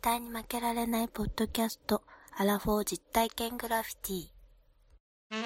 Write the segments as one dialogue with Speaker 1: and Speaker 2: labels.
Speaker 1: 対に負けられないポッドキャスト、アラフォー実体験グラフィティ。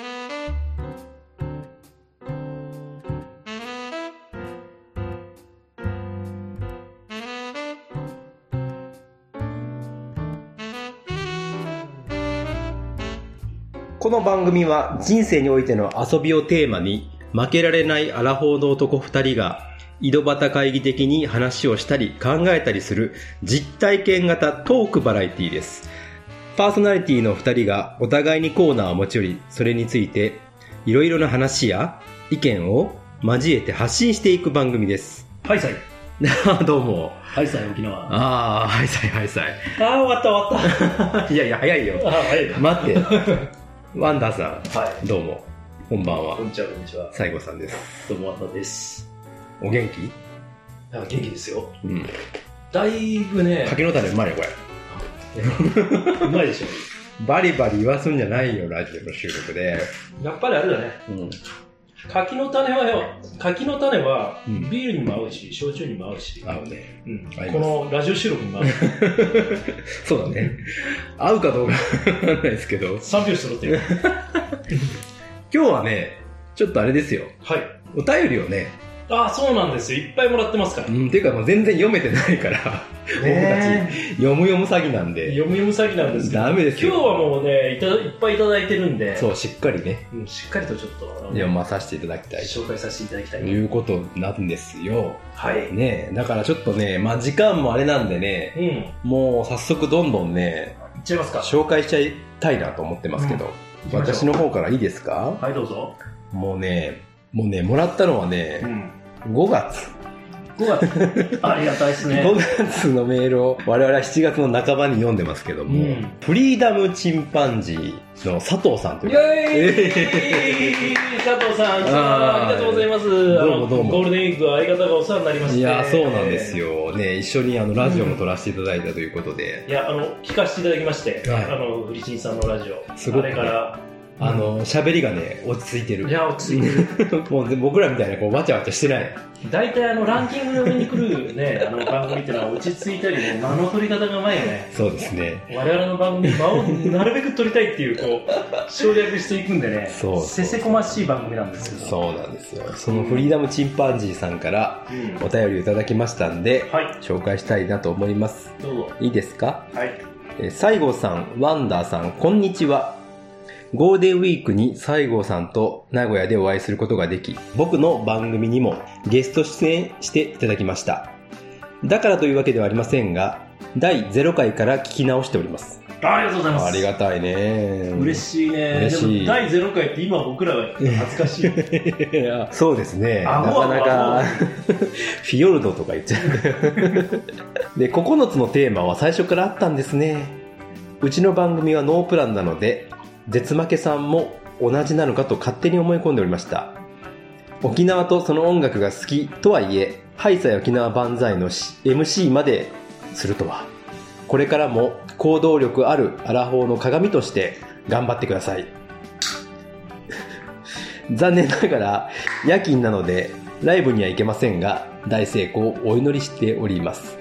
Speaker 2: この番組は人生においての遊びをテーマに負けられないアラフォーの男二人が井戸端会議的に話をしたり考えたりする実体験型トークバラエティですパーソナリティの二人がお互いにコーナーを持ち寄りそれについていろいろな話や意見を交えて発信していく番組です
Speaker 3: ハイサイ。
Speaker 2: どうも
Speaker 3: ハイサイ沖縄。
Speaker 2: あ
Speaker 3: あ
Speaker 2: あはいさいはいさ
Speaker 3: あ、終わった終わ っ
Speaker 2: いいやいや早い
Speaker 3: た。
Speaker 2: よ
Speaker 3: あはい。は
Speaker 2: 待って ワンダーさ
Speaker 3: い。
Speaker 2: んどうもこんばんは
Speaker 3: こんにちは、こんにちは。
Speaker 2: 西郷さんです
Speaker 3: どうも、ワンダです。
Speaker 2: お元気
Speaker 3: なんか元気ですよ。
Speaker 2: うん。
Speaker 3: だいぶね、
Speaker 2: 柿の種うまいね、これ。
Speaker 3: うまいでし
Speaker 2: バリバリ言わすんじゃないよ、ラジオの収録で。
Speaker 3: ょ。やっぱりあれだね。
Speaker 2: うん。
Speaker 3: 柿の種はよ、柿の種は、
Speaker 2: うん
Speaker 3: ビールにも合うし、焼酎にも合うし、
Speaker 2: 合うね。
Speaker 3: うん
Speaker 2: 合います
Speaker 3: このラジオ収録にも合う。
Speaker 2: そうだね。合うかどうかわかんないですけど。
Speaker 3: 三拍子揃ってる。
Speaker 2: 今日はね、ちょっとあれですよ。
Speaker 3: はい。
Speaker 2: お便りをね、
Speaker 3: ああ、そうなんですよ。いっぱいもらってますから。
Speaker 2: うん、ていうかもう全然読めてないから、
Speaker 3: ねえ
Speaker 2: 読む読む詐欺なんで、
Speaker 3: 読みむ詐欺なんですけど、
Speaker 2: ダメですよ
Speaker 3: 今日はもうねいただ、いっぱいいただいてるんで、
Speaker 2: そう、しっかりね、
Speaker 3: うんしっかりとちょっと、あの
Speaker 2: 読まさせていただきたい。
Speaker 3: 紹介させていただきた
Speaker 2: と
Speaker 3: い。
Speaker 2: いうことなんですよ。
Speaker 3: はい。
Speaker 2: ねえだからちょっとね、まあ時間もあれなんでね、
Speaker 3: うん。い
Speaker 2: もう早速どんどんね、
Speaker 3: っちゃいますか。
Speaker 2: 紹介しちゃいたいなと思ってますけど、
Speaker 3: 行きましょう
Speaker 2: 私の方からいいですか
Speaker 3: はい、どうぞ。
Speaker 2: もうねもうねもらったのはね
Speaker 3: ん。
Speaker 2: 5月、
Speaker 3: 5月。あ りがたいですね。
Speaker 2: 5月のメールを我々は7月の半ばに読んでますけども、
Speaker 3: うん
Speaker 2: フリーダムチンパンジーの佐藤さんと
Speaker 3: イ
Speaker 2: いう方
Speaker 3: ェーイ佐藤さん、
Speaker 2: あー
Speaker 3: ありがとうございます。
Speaker 2: どうもどうも
Speaker 3: あのゴールデンウィークは相方がお世話になりまして。
Speaker 2: いやそうなんです。よ、ね、一緒にあのラジオも撮らせていただいたということで
Speaker 3: い、や、あの、聞かせていただきまして、
Speaker 2: はい
Speaker 3: あの、フリチンさんのラジオ。
Speaker 2: すごく
Speaker 3: あれから。
Speaker 2: あの喋りがね落ち着いてる
Speaker 3: いや、落ち着いてる。
Speaker 2: もう僕らみたいなこうわちゃわちゃしてない
Speaker 3: 大体あの、ランキング読みに来るね、あの番組ってのは落ち着いたりね、間の取り方がうまいよね。
Speaker 2: そうですね
Speaker 3: 我々の番組、間をなるべく取りたいっていう、こ う、省略していくんでね、
Speaker 2: そうそう
Speaker 3: せせこましい番組なんですけど。
Speaker 2: そうなんですよそのフリーダムチンパンジーさんから
Speaker 3: うん
Speaker 2: お便りをいただきましたんで、
Speaker 3: はい、
Speaker 2: 紹介したいなと思います。
Speaker 3: どうぞ。
Speaker 2: いいですか
Speaker 3: はい。
Speaker 2: えー西郷さん、ワンダーさん、こんにちは。ゴールデンウィークに西郷さんと名古屋でお会いすることができ、僕の番組にもゲスト出演していただきました。だからというわけではありませんが、第0回から聞き直しております。
Speaker 3: ありがとうございます。
Speaker 2: ありがたいね。
Speaker 3: 嬉しいね。
Speaker 2: 嬉しい
Speaker 3: でも第0回って今僕らが恥ずかしい。
Speaker 2: いや。そうですね。な
Speaker 3: 顎
Speaker 2: か
Speaker 3: は
Speaker 2: なか、 フィヨルドとか言っちゃう。 で、9つのテーマは最初からあったんですね。うちの番組はノープランなので、絶負けさんも同じなのかと勝手に思い込んでおりました。沖縄とその音楽が好きとはいえ、ハイサイ沖縄万歳のし MC までするとは。これからも行動力あるアラフォーの鏡として頑張ってください。 残念ながら夜勤なのでライブには行けませんが大成功をお祈りしております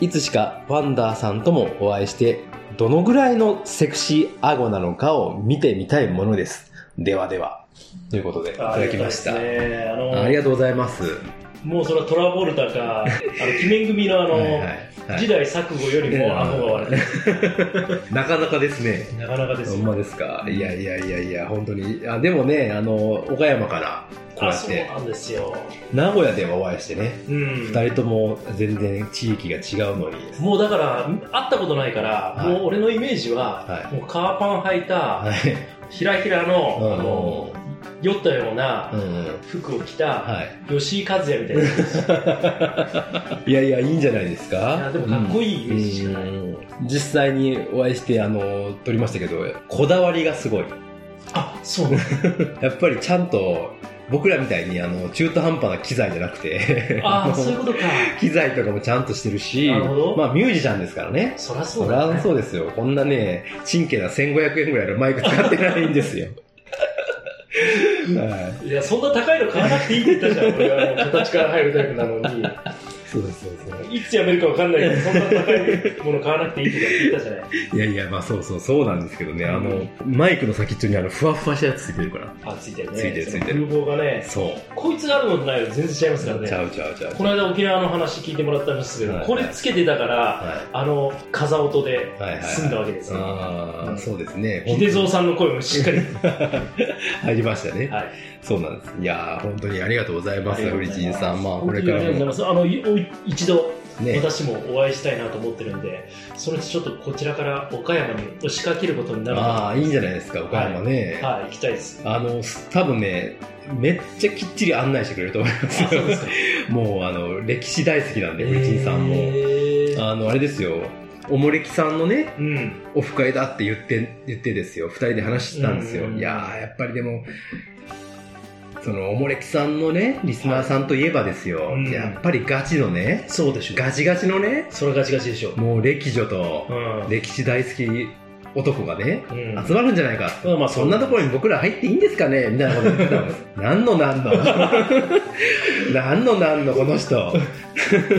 Speaker 2: いつしかワンダーさんともお会いしてどのぐらいのセクシー顎なのかを見てみたいものですではではということでいただきました
Speaker 3: ありがたいですねあの
Speaker 2: ありがとうございます
Speaker 3: もうそれはトラボルタか、あの、鬼面組のあの、
Speaker 2: はいはいはい
Speaker 3: 時代錯誤よりも顎が割れて
Speaker 2: なかなかですね
Speaker 3: る。なかなかです
Speaker 2: ほん
Speaker 3: よ。
Speaker 2: まですかいやいやいやいや本当にあでもねあの岡山からこう
Speaker 3: あ、
Speaker 2: やっ
Speaker 3: そう
Speaker 2: て
Speaker 3: なんですよ。
Speaker 2: 名古屋でお会いしてね
Speaker 3: うん。
Speaker 2: 二人とも全然地域が違うのに
Speaker 3: もうだから、会ったことないから、
Speaker 2: はい
Speaker 3: もう俺のイメージは、
Speaker 2: は
Speaker 3: もうカーパン履いた、
Speaker 2: はい
Speaker 3: ひらひらの、
Speaker 2: うん
Speaker 3: あの、酔ったよう
Speaker 2: う
Speaker 3: なん
Speaker 2: うん
Speaker 3: 服を着た、
Speaker 2: は
Speaker 3: 吉井和也みたいな。い
Speaker 2: いいやいやいいんじゃないですか
Speaker 3: や、でもかっこいいイ
Speaker 2: う
Speaker 3: メージしかない。
Speaker 2: ん実際にお会いしてあの撮りましたけどこだわりがすごい
Speaker 3: あ、そうなんだ
Speaker 2: やっぱりちゃんと僕らみたいにあの中途半端な機材じゃなくて
Speaker 3: ああ、そういうことか。
Speaker 2: 機材とかもちゃんとしてるし
Speaker 3: なるほど
Speaker 2: まあミュージシャンですからね
Speaker 3: そらそ
Speaker 2: そう
Speaker 3: だ、
Speaker 2: ら
Speaker 3: ね。
Speaker 2: そうですよこんなねチンケな1500円ぐらいのマイク使ってないんです よはい
Speaker 3: いや、そんな高いの買わなくていいって言ったじゃん。俺はもう形から入るタイプなのに。
Speaker 2: そうですそうです
Speaker 3: いつ辞めるかわかんないけど、そんな高いもの買わなくていいとか言ったじゃない。
Speaker 2: いやいや、まあそうそう、そうなんですけどね、あの、マイクの先っちょにあの、ふわふわしたやつついてるから。
Speaker 3: あ、ついてるね。
Speaker 2: ついてるついてる
Speaker 3: その風貌がね、
Speaker 2: そう。
Speaker 3: こいつがあるのとないの全然違います
Speaker 2: ちゃ
Speaker 3: から
Speaker 2: う
Speaker 3: ね
Speaker 2: ち。ゃうちゃう。
Speaker 3: この間沖縄の話聞いてもらったんですけど、
Speaker 2: はい
Speaker 3: これつけてだから、
Speaker 2: は
Speaker 3: あの、風音で
Speaker 2: い。はいはい。
Speaker 3: 済んだわけですよ。
Speaker 2: ああ、そうですね。
Speaker 3: 秀蔵さんの声もしっかり。
Speaker 2: 入りましたね。
Speaker 3: はい。
Speaker 2: そうなんです。いやー本当にありがとうございます、
Speaker 3: ありがとう
Speaker 2: フ
Speaker 3: ご
Speaker 2: リ
Speaker 3: ざいます
Speaker 2: チンさん。まあ、これ
Speaker 3: 本当に
Speaker 2: か
Speaker 3: あ
Speaker 2: ら
Speaker 3: りがとうござい
Speaker 2: も
Speaker 3: ます。あの、いおい一度、
Speaker 2: ね、
Speaker 3: 私もお会いしたいなと思ってるんで、そのうちちょっとこちらから岡山に押しかけることになるので
Speaker 2: ああ、いいんじゃないですか、岡山ね。
Speaker 3: はい、行きたい です。
Speaker 2: あの、多分ね、めっちゃきっちり案内してくれると思います
Speaker 3: あ、
Speaker 2: よ。
Speaker 3: そうですか。
Speaker 2: もう、あの、歴史大好きなんで、フリチンさんも。
Speaker 3: へー
Speaker 2: あの、あれですよ、おもれきさんのね、
Speaker 3: うん。
Speaker 2: オフ会だって言って、言ってですよ、二人で話してたんですよ。
Speaker 3: うん
Speaker 2: いやーやっぱりでも、その、おもれきさんのね、リスナーさんといえばですよ、
Speaker 3: うん
Speaker 2: やっぱりガチのね、
Speaker 3: そうでしょ。
Speaker 2: ガチガチのね、
Speaker 3: それガチガチでしょ。
Speaker 2: もう歴女と
Speaker 3: う、ん。
Speaker 2: 歴史大好き男がね、
Speaker 3: うん
Speaker 2: 集まるんじゃないか、
Speaker 3: まあまあ
Speaker 2: そんなところに僕ら入っていいんですかねみたいなこと言ってたんです。何の何の 何の何のこの人。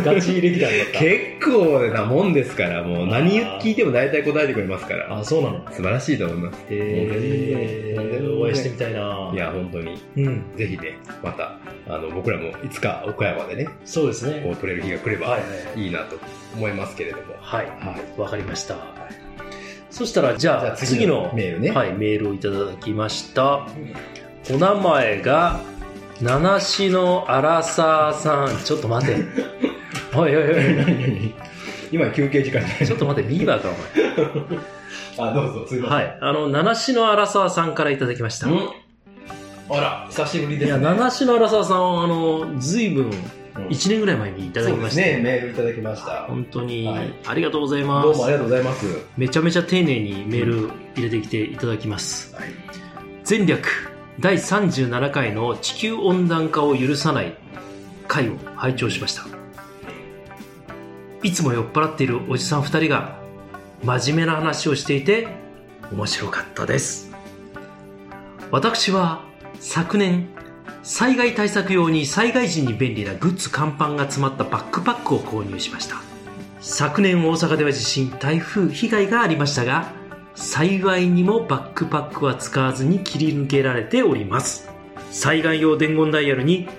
Speaker 3: ガチ歴代だっ
Speaker 2: 結構なもんですから、もう何
Speaker 3: あー
Speaker 2: 聞いても大体答えてくれますから
Speaker 3: あ、、そうなの。
Speaker 2: 素晴らしいと思います。
Speaker 3: へー、お会いしてみたいな。
Speaker 2: いや、本当に、
Speaker 3: うん。
Speaker 2: ぜひね、また、あの、僕らもいつか岡山でね、
Speaker 3: そうです
Speaker 2: こ
Speaker 3: ね。
Speaker 2: う取れる日が来れ
Speaker 3: は
Speaker 2: ば
Speaker 3: い
Speaker 2: いいなと思いますけれども。
Speaker 3: はい。は
Speaker 2: はい。
Speaker 3: い。わかりました。そしたら、じゃあ、次の、
Speaker 2: メールね。
Speaker 3: はい、メールをいただきました。お名前が、七種のアラサーさん。ちょっと待て。 おいおいおい。
Speaker 2: 今休憩時間
Speaker 3: ちょっと待って、ビーバーか、お
Speaker 2: あ、どうぞ、すい
Speaker 3: 前。
Speaker 2: い。
Speaker 3: はい。あの、七種の荒沢さんからいただきました。い
Speaker 2: あら、久しぶりです、
Speaker 3: や、
Speaker 2: ね。
Speaker 3: 七種の荒沢さんは、あの、ずいぶん、
Speaker 2: うん
Speaker 3: 1年ぐらい前にいただき
Speaker 2: そうで
Speaker 3: ますして、
Speaker 2: ね、メールいただきました。
Speaker 3: 本当に
Speaker 2: はい、
Speaker 3: ありがとうございます。
Speaker 2: どうもありがとうございます。
Speaker 3: めちゃめちゃ丁寧にメール入れてきていただきます。
Speaker 2: はい
Speaker 3: 前略、第37回の地球温暖化を許さない回を拝聴しました。いつも酔っ払っているおじさん2人が真面目な話をしていて面白かったです。私は昨年、災害対策用に災害時に便利なグッズ乾板が詰まったバックパックを購入しました。昨年大阪では地震台風被害がありましたが幸いにもバックパックは使わずに切り抜けられております災害用伝言ダイヤルに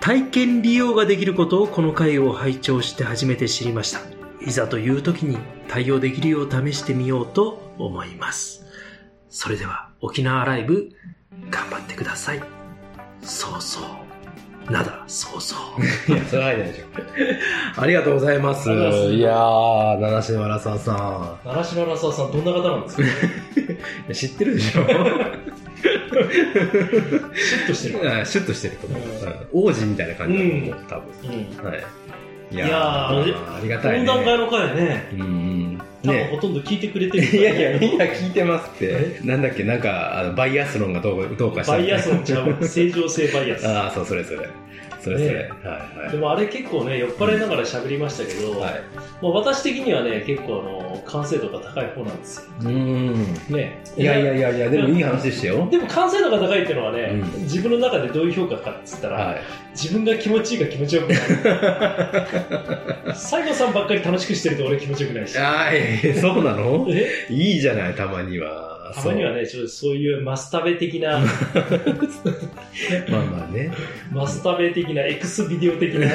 Speaker 3: 体験利用ができることをこの回を拝聴して初めて知りましたいざという時に対応できるよう試してみようと思いますそれでは沖縄ライブ頑張ってくださいそうそうなだそうそう
Speaker 2: いや、それは入らないでしょ。ありがとうございます。
Speaker 3: ありがとうございます
Speaker 2: いやー、七瀬原沢さ
Speaker 3: 奈良島の浅田さんどんな方なんですか
Speaker 2: ん。知ってるでしょ
Speaker 3: シュッとしてる。
Speaker 2: あシュッとしてると思う。
Speaker 3: うん
Speaker 2: うん王子みたいな感じだと思う、多
Speaker 3: うん。
Speaker 2: 分。はい。い
Speaker 3: いや
Speaker 2: ー
Speaker 3: ー
Speaker 2: ありがたい
Speaker 3: 温
Speaker 2: ね。
Speaker 3: 暖化の会ね、
Speaker 2: うんうん。
Speaker 3: 多
Speaker 2: ね
Speaker 3: 分ほとんど聞いてくれてる
Speaker 2: い
Speaker 3: 人だね
Speaker 2: やいや、みんな聞いてますって。なんだっけ、なんか、あのバイアスロンがどうどうかした
Speaker 3: バ
Speaker 2: みたいな
Speaker 3: イアスのちゃう、正常性バイアス。
Speaker 2: ああ、そう、それそれ。それそれ。
Speaker 3: ね
Speaker 2: はい
Speaker 3: でもあれ結構ね、酔っ払いながら喋りましたけど、
Speaker 2: はい。はい。
Speaker 3: まあ、私的にはね、結構あの完成度が高い方なんです
Speaker 2: うーん。
Speaker 3: よ。ね。
Speaker 2: いやいやいやいや、でもいい話でしたよ。
Speaker 3: でも完成度が高いっていうのはね、
Speaker 2: う
Speaker 3: 自分の中でどういう評価かっつったら、
Speaker 2: は
Speaker 3: 自分が気持ちいいか気持ちよ くない。西郷さんばっかり楽しくしてると俺気持ちよくないし
Speaker 2: い。。あーえーそうなの
Speaker 3: え
Speaker 2: いいじゃない、たまには。
Speaker 3: たまにはね、ちょっとそういうマスタベ的な
Speaker 2: そう。まあまあね。
Speaker 3: マスタベ的な、エクスビデオ的な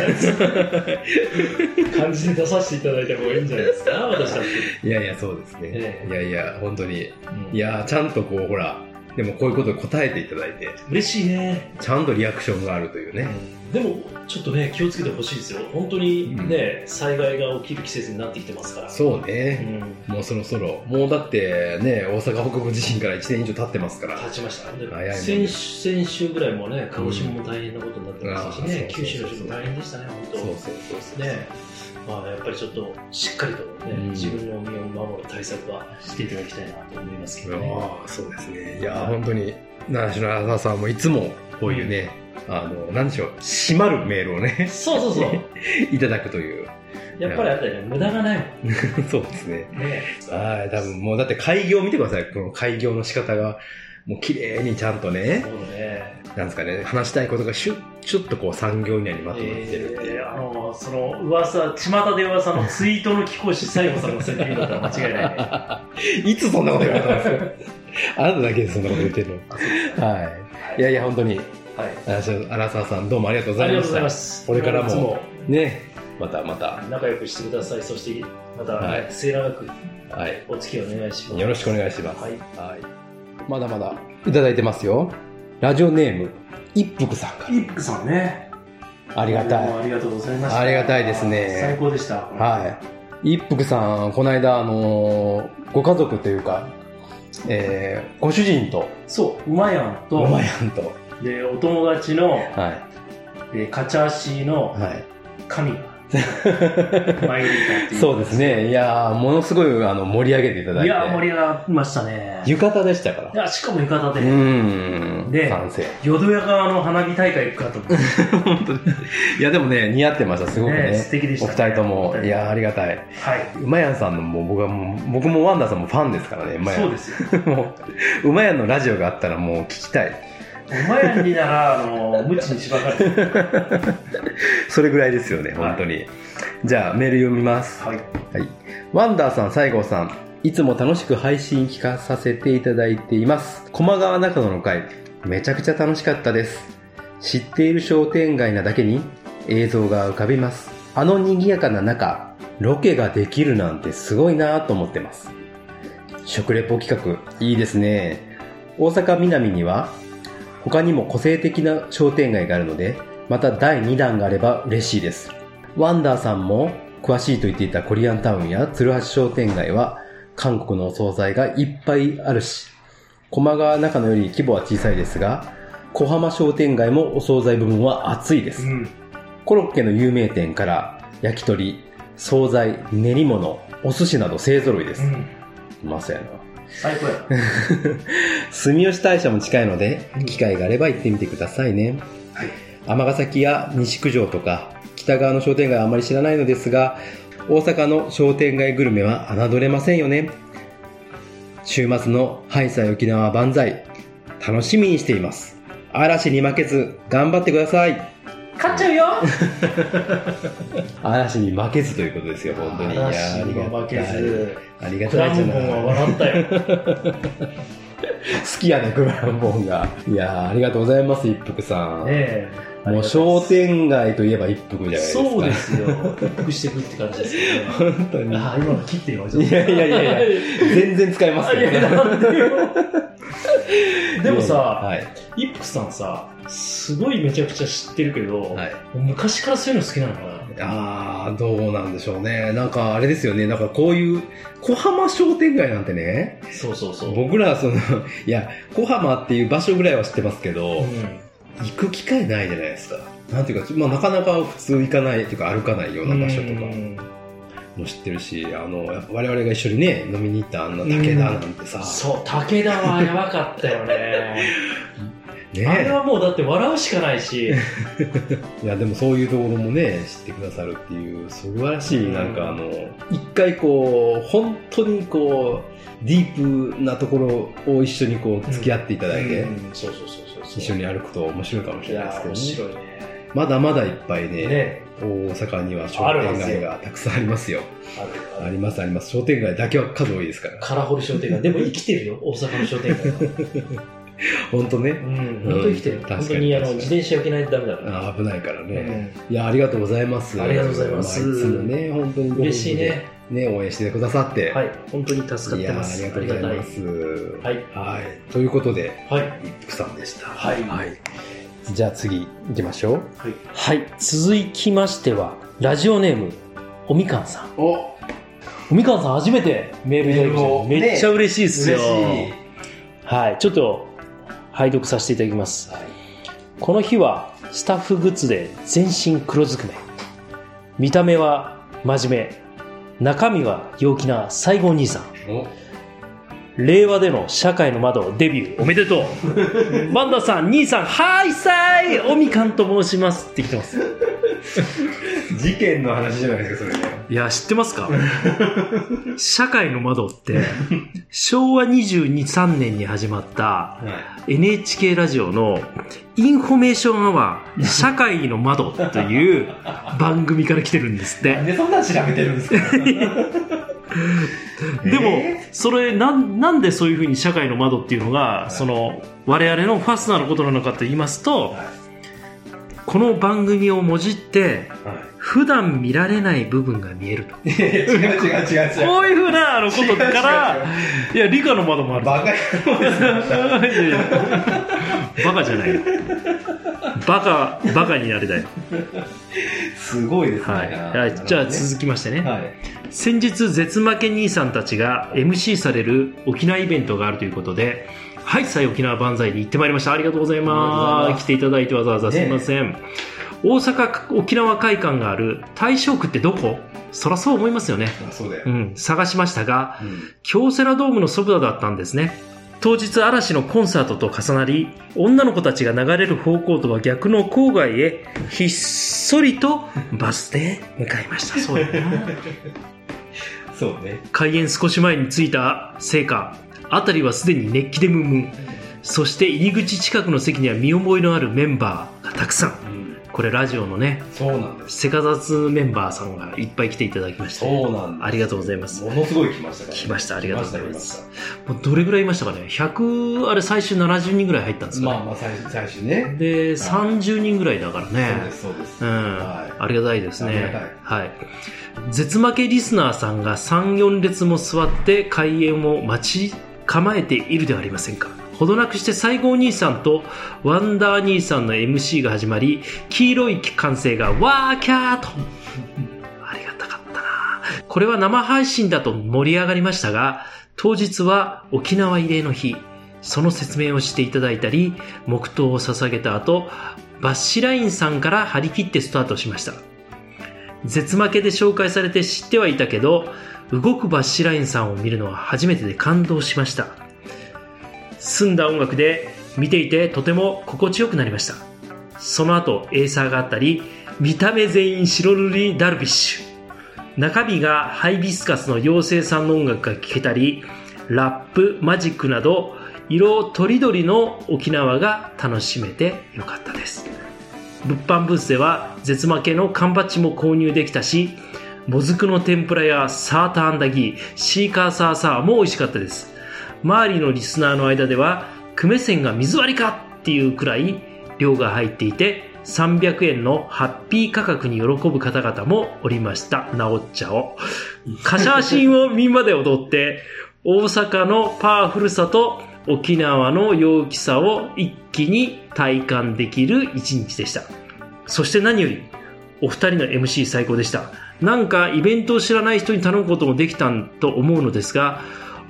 Speaker 3: 感じで出させていただいた方がいいんじゃないですか、私だって。
Speaker 2: いやいや、そうです
Speaker 3: え
Speaker 2: ね。
Speaker 3: え
Speaker 2: いやいや、本当に。
Speaker 3: うん
Speaker 2: いやー、ちゃんとこう、ほら、でもこういうことに答えていただいて、
Speaker 3: 嬉しいね。
Speaker 2: ちゃんとリアクションがあるというね。
Speaker 3: でも、ちょっとね、気をつけてほしいですよ。本当にね、災害が起きる季節になってきてますから。
Speaker 2: そう
Speaker 3: う
Speaker 2: ね。
Speaker 3: ん
Speaker 2: もうそろそろ。もうだってね、大阪北部地震から1年以上経ってますから。
Speaker 3: 立ちました。
Speaker 2: 早
Speaker 3: で
Speaker 2: いもんね
Speaker 3: 先週先週ぐらいもね、鹿児島も大変なことになってましたし
Speaker 2: うんあ
Speaker 3: ね
Speaker 2: ー、そうそう
Speaker 3: 九州
Speaker 2: そう
Speaker 3: の人も大変でしたね、本当。
Speaker 2: そうそうそうそう。
Speaker 3: ねまあ、やっぱりちょっとしっかりと、ね
Speaker 2: うん
Speaker 3: 自分の身を守る対策はしていただきたいなと思いますけどね。
Speaker 2: ああそうですねいやー本当に習志野原さんもいつもこういうね、あのなんでしょう締まるメールをね
Speaker 3: そうそうそう。
Speaker 2: いただくという
Speaker 3: やっぱりあれだよね、無駄がないもん
Speaker 2: そうですね
Speaker 3: ね。
Speaker 2: はい多分もうだって開業見てくださいこの開業の仕方がもう綺麗にちゃんとね
Speaker 3: そう、ね。
Speaker 2: なんですかね、話したいことがシュッ、シュッとこう産業にまとまってるっていう。
Speaker 3: えーあのその噂巷で噂のツイートの貴公子西郷さんの責任だったら間違い ないね
Speaker 2: いつそんなこと言われたんです かあなただけでそんなこと言ってるの。はい。いやいや、本当に、
Speaker 3: はい
Speaker 2: 荒沢さん、どうもありがとうご
Speaker 3: あ
Speaker 2: ざ
Speaker 3: り
Speaker 2: い
Speaker 3: がと
Speaker 2: まし
Speaker 3: うござい
Speaker 2: た。
Speaker 3: ます
Speaker 2: これからも
Speaker 3: いつ
Speaker 2: ね、またまた、
Speaker 3: 仲良くしてくださいそしてま
Speaker 2: は
Speaker 3: た
Speaker 2: い
Speaker 3: 末永く
Speaker 2: はい。
Speaker 3: お付き合いお願いします
Speaker 2: よろしくお願いします。
Speaker 3: はい
Speaker 2: はい。まだまだいただいてますよ。ラジオネーム、一服さんか
Speaker 3: 一服さんね
Speaker 2: ら。ありがた
Speaker 3: どうも
Speaker 2: い。
Speaker 3: ありがとうございました
Speaker 2: ありがたいですね
Speaker 3: 最高でした
Speaker 2: はい。一服さん、この間、あのーご家族というか、えーご主人と、
Speaker 3: そううまやんと
Speaker 2: おまやんと、
Speaker 3: でお友達の
Speaker 2: は
Speaker 3: えーカチャーシーの
Speaker 2: い。はい。
Speaker 3: 神が参りに行ったっていう
Speaker 2: そうですね。いやーものすごいあの盛り上げていただいて。
Speaker 3: いやー盛り上がりましたね
Speaker 2: 浴衣でしたから
Speaker 3: い。やしかも浴衣
Speaker 2: う
Speaker 3: で、
Speaker 2: ーん。
Speaker 3: で
Speaker 2: 賛成。
Speaker 3: 淀屋川の花火大会行くかと思って、
Speaker 2: 本当に。いや、でもね、似合ってました、すごくね。
Speaker 3: ね素敵でした
Speaker 2: お二人とも
Speaker 3: お二人と。も
Speaker 2: いやーありがたい。
Speaker 3: は
Speaker 2: うまやんさんのもう僕はもう、僕もワンダさんもファンですからね、うま
Speaker 3: い、
Speaker 2: や。
Speaker 3: そうんですよ
Speaker 2: もう、うまやんのラジオがあったらもう聞きたい。
Speaker 3: お前らになら、あの、無知にし ばかれてる。
Speaker 2: それぐらいですよね、
Speaker 3: はい
Speaker 2: 本当に。じゃあ、メール読みます。
Speaker 3: はい。
Speaker 2: はい。ワンダーさん、西郷さん、いつも楽しく配信聞かさせていただいています。駒川中野の会、めちゃくちゃ楽しかったです。知っている商店街なだけに映像が浮かびます。あの賑やかな中、ロケができるなんてすごいなぁと思ってます。食レポ企画、いいですね。大阪南には、他にも個性的な商店街があるので、また第2弾があれば嬉しいです。ワンダーさんも詳しいと言っていたコリアンタウンや鶴橋商店街は韓国のお惣菜がいっぱいあるし、駒川中野より規模は小さいですが、小浜商店街もお惣菜部分は熱いです
Speaker 3: う。ん。
Speaker 2: コロッケの有名店から焼き鳥、惣菜、練り物、お寿司など勢揃いで
Speaker 3: う
Speaker 2: す。
Speaker 3: ん。
Speaker 2: うまそうやな。
Speaker 3: 最高や な。
Speaker 2: 住吉大社も近いので
Speaker 3: うん、
Speaker 2: 機会があれば行ってみてくださいね。
Speaker 3: はい
Speaker 2: 尼崎や西九条とか、北側の商店街はあまり知らないのですが、大阪の商店街グルメは侮れませんよね。週末のハイサイ沖縄万歳、楽しみにしています。嵐に負けず、頑張ってください。
Speaker 3: 勝っちゃうよ
Speaker 2: 嵐に負けずということですよ、本当に。いや
Speaker 3: 嵐にも負け。ず、
Speaker 2: ありが
Speaker 3: ク
Speaker 2: たいありがたい
Speaker 3: ラ
Speaker 2: じゃ
Speaker 3: ムボ
Speaker 2: ない
Speaker 3: ンは笑っ たよ。
Speaker 2: 好きやね、クランボンが。いやーありがとうございます、一服さん。
Speaker 3: ねえ。
Speaker 2: もう商店街といえば一服じゃないですか。
Speaker 3: そうですよ。一服してくって感じですけ どね。
Speaker 2: 本当に。
Speaker 3: あー今の切ってよ、ちょっと
Speaker 2: いやいやいやい全然使えます
Speaker 3: いやいや
Speaker 2: ね。
Speaker 3: なんでよでもさ、
Speaker 2: はい。
Speaker 3: 一服さんさ、すごいめちゃくちゃ知ってるけど、
Speaker 2: はい。
Speaker 3: 昔からそういうの好きなのかな
Speaker 2: あー、どうなんでしょうね。なんかあれですよね。なんかこういう、小浜商店街なんてね、
Speaker 3: そうそうそう。
Speaker 2: 僕らはその、いや、小浜っていう場所ぐらいは知ってますけど、
Speaker 3: うん
Speaker 2: 行く機会ないじゃないですか。なんていうか、まあなかなか普通行かないっていうか歩かないような場所とか
Speaker 3: うん
Speaker 2: も知ってるし、あの、やっぱ我々が一緒にね、飲みに行ったあんな武田なんてさ、
Speaker 3: そう、武田はやばかった よね。あれ
Speaker 2: ね
Speaker 3: はもうだって笑うしかないし、
Speaker 2: いやでもそういうところもね知ってくださるっていう素晴らしいなんかあの一回こう本当にこうディープなところを一緒にこう付き合っていただいて、
Speaker 3: うんそうそうそうそうそう。
Speaker 2: 一緒に歩くと面白いかもし
Speaker 3: い
Speaker 2: れないで
Speaker 3: や、面
Speaker 2: すけどね
Speaker 3: 白いね。
Speaker 2: まだまだいっぱいね
Speaker 3: ね、
Speaker 2: 大阪には商
Speaker 3: あるは
Speaker 2: 店
Speaker 3: ずよ
Speaker 2: 街がたくさんありますよ
Speaker 3: ある
Speaker 2: あ
Speaker 3: ある。
Speaker 2: りますあります商店街だけは数多いですから
Speaker 3: カラホル商店街。でも生きてるよ、大阪の商店街は。
Speaker 2: 本当
Speaker 3: う
Speaker 2: ね
Speaker 3: ん、本当生きてる。
Speaker 2: 確かに
Speaker 3: 本当にあの
Speaker 2: 確かに
Speaker 3: 自転車置けないとダメだから。
Speaker 2: あー危ないからね、
Speaker 3: うん
Speaker 2: いやありがとうございます
Speaker 3: ありがとうございます
Speaker 2: あいつもね本当にご夫婦で
Speaker 3: 嬉しいね。
Speaker 2: ね応援してくださって、
Speaker 3: はい、本当に助か
Speaker 2: い
Speaker 3: って
Speaker 2: や
Speaker 3: ま
Speaker 2: あ
Speaker 3: す。
Speaker 2: りが
Speaker 3: あ
Speaker 2: とう
Speaker 3: り
Speaker 2: ご
Speaker 3: が
Speaker 2: ざい
Speaker 3: たい。
Speaker 2: ます。。
Speaker 3: はいい、
Speaker 2: はい。ということで、
Speaker 3: はい、
Speaker 2: 一服さんでした。
Speaker 3: はい
Speaker 2: じゃあ次行きましょう。
Speaker 3: はい。続きましては、ラジオネーム、おみかんさん。
Speaker 2: お
Speaker 3: おみかんさん初めてメールいただきました
Speaker 2: メールを
Speaker 3: めっちゃ嬉しいですよ、
Speaker 2: 嬉しい
Speaker 3: はいちょっと拝読させていただきます、この日はスタッフグッズで全身黒ずくめ見た目は真面目中身は陽気な西郷兄さん
Speaker 2: お
Speaker 3: 令和での社会の窓デビューおめでと うバンダさん兄さんはいさいおみかんと申しますって来てます
Speaker 4: 事件の話じゃないですか、それ。
Speaker 3: いや知ってます か社会の窓って昭和223年に始まった
Speaker 4: は
Speaker 3: NHK ラジオのインフォメーションアワ ー社会の窓という番組から来てるんですっ
Speaker 4: い。なん
Speaker 3: て
Speaker 4: でそんなん調べてるんですか
Speaker 3: でも
Speaker 4: え
Speaker 3: それなんなんでそういうふうに社会の窓っていうのが
Speaker 4: い
Speaker 3: その我々のファスナーのことなのかと言いますと
Speaker 4: は
Speaker 3: この番組をもじって
Speaker 4: ーは
Speaker 3: 普段見られない部分が見えると
Speaker 4: いいやいや違う違う違う違う。
Speaker 3: こういうふうなあのことか
Speaker 4: 違う
Speaker 3: らいや理科の窓もある
Speaker 4: バカ野郎ですよ
Speaker 3: いやいやバカじゃないよバカバカになりたい、
Speaker 4: すごいですね。
Speaker 3: はい
Speaker 4: な
Speaker 3: はい、じゃあ
Speaker 4: ね
Speaker 3: 続きましてね、
Speaker 4: はい。
Speaker 3: 先日絶負け兄さんたちが MC される沖縄イベントがあるということではいさい沖縄万歳に行ってまいりましたありがとうござい
Speaker 4: ありがとうござい
Speaker 3: ま
Speaker 4: ます
Speaker 3: す来ていただいてわざわざ
Speaker 4: ね
Speaker 3: す
Speaker 4: え
Speaker 3: いません、大阪沖縄会館がある大正区ってどこそらそう思いますよね
Speaker 4: あそうだよ
Speaker 3: う。ん探しましたが
Speaker 4: うん
Speaker 3: 京セラドームのそばだったんですね当日嵐のコンサートと重なり女の子たちが流れる方向とは逆の郊外へひっそりとバスで向かい ましたそうやな
Speaker 4: そうね。
Speaker 3: 開演少し前に着いたせいか辺りはすでに熱気でムンムンそして入り口近くの席には見覚えのあるメンバーがたくさん
Speaker 4: うん
Speaker 3: これラジオのね
Speaker 4: そうなんです。
Speaker 3: セカザツメンバーさんがいっぱい来ていただきまして
Speaker 4: そうなんです。
Speaker 3: ありがとうございます
Speaker 4: ものすごい来ましたから。
Speaker 3: 来ましたありがとうございます
Speaker 4: 来まし
Speaker 3: もうどれぐらいいましたかね100あれ最終70人ぐらい入ったんで
Speaker 4: た。
Speaker 3: す
Speaker 4: 来
Speaker 3: か
Speaker 4: ま
Speaker 3: ね、
Speaker 4: したまあまあ、最初最初ね。
Speaker 3: で30人ぐらいだから
Speaker 4: そうで
Speaker 3: ね
Speaker 4: す、そうです。
Speaker 3: うん、
Speaker 4: は
Speaker 3: ありがたいです
Speaker 4: ありがた
Speaker 3: ね
Speaker 4: い
Speaker 3: はい絶負けリスナーさんが34列も座って開演を待ち構えているではありませんかほどなくして西郷兄さんとワンダー兄さんの MC が始まり黄色い歓声がワーキャーとありがたかったなこれは生配信だと盛り上がりましたが当日は沖縄慰霊の日その説明をしていただいたり黙祷を捧げた後バッシュラインさんから張り切ってスタートしました絶負けで紹介されて知ってはいたけど動くバッシュラインさんを見るのは初めてで感動しました澄んだ音楽で見ていてとても心地よくなりましたその後エイサーがあったり見た目全員白塗りダルビッシュ中身がハイビスカスの妖精さんの音楽が聴けたりラップマジックなど色とりどりの沖縄が楽しめてよかったです物販ブースでは絶負けの缶バッジも購入できたしもずくの天ぷらやサーターアンダギーシーカーサーサーも美味しかったです周りのリスナーの間では久米線が水割りかっていうくらい量が入っていて300円のハッピー価格に喜ぶ方々もおりましたなおっちゃおカシャーシンをみんなで踊って大阪のパワフルさと沖縄の陽気さを一気に体感できる一日でしたそして何よりお二人の MC 最高でしたなんかイベントを知らない人に頼むこともできたと思うのですが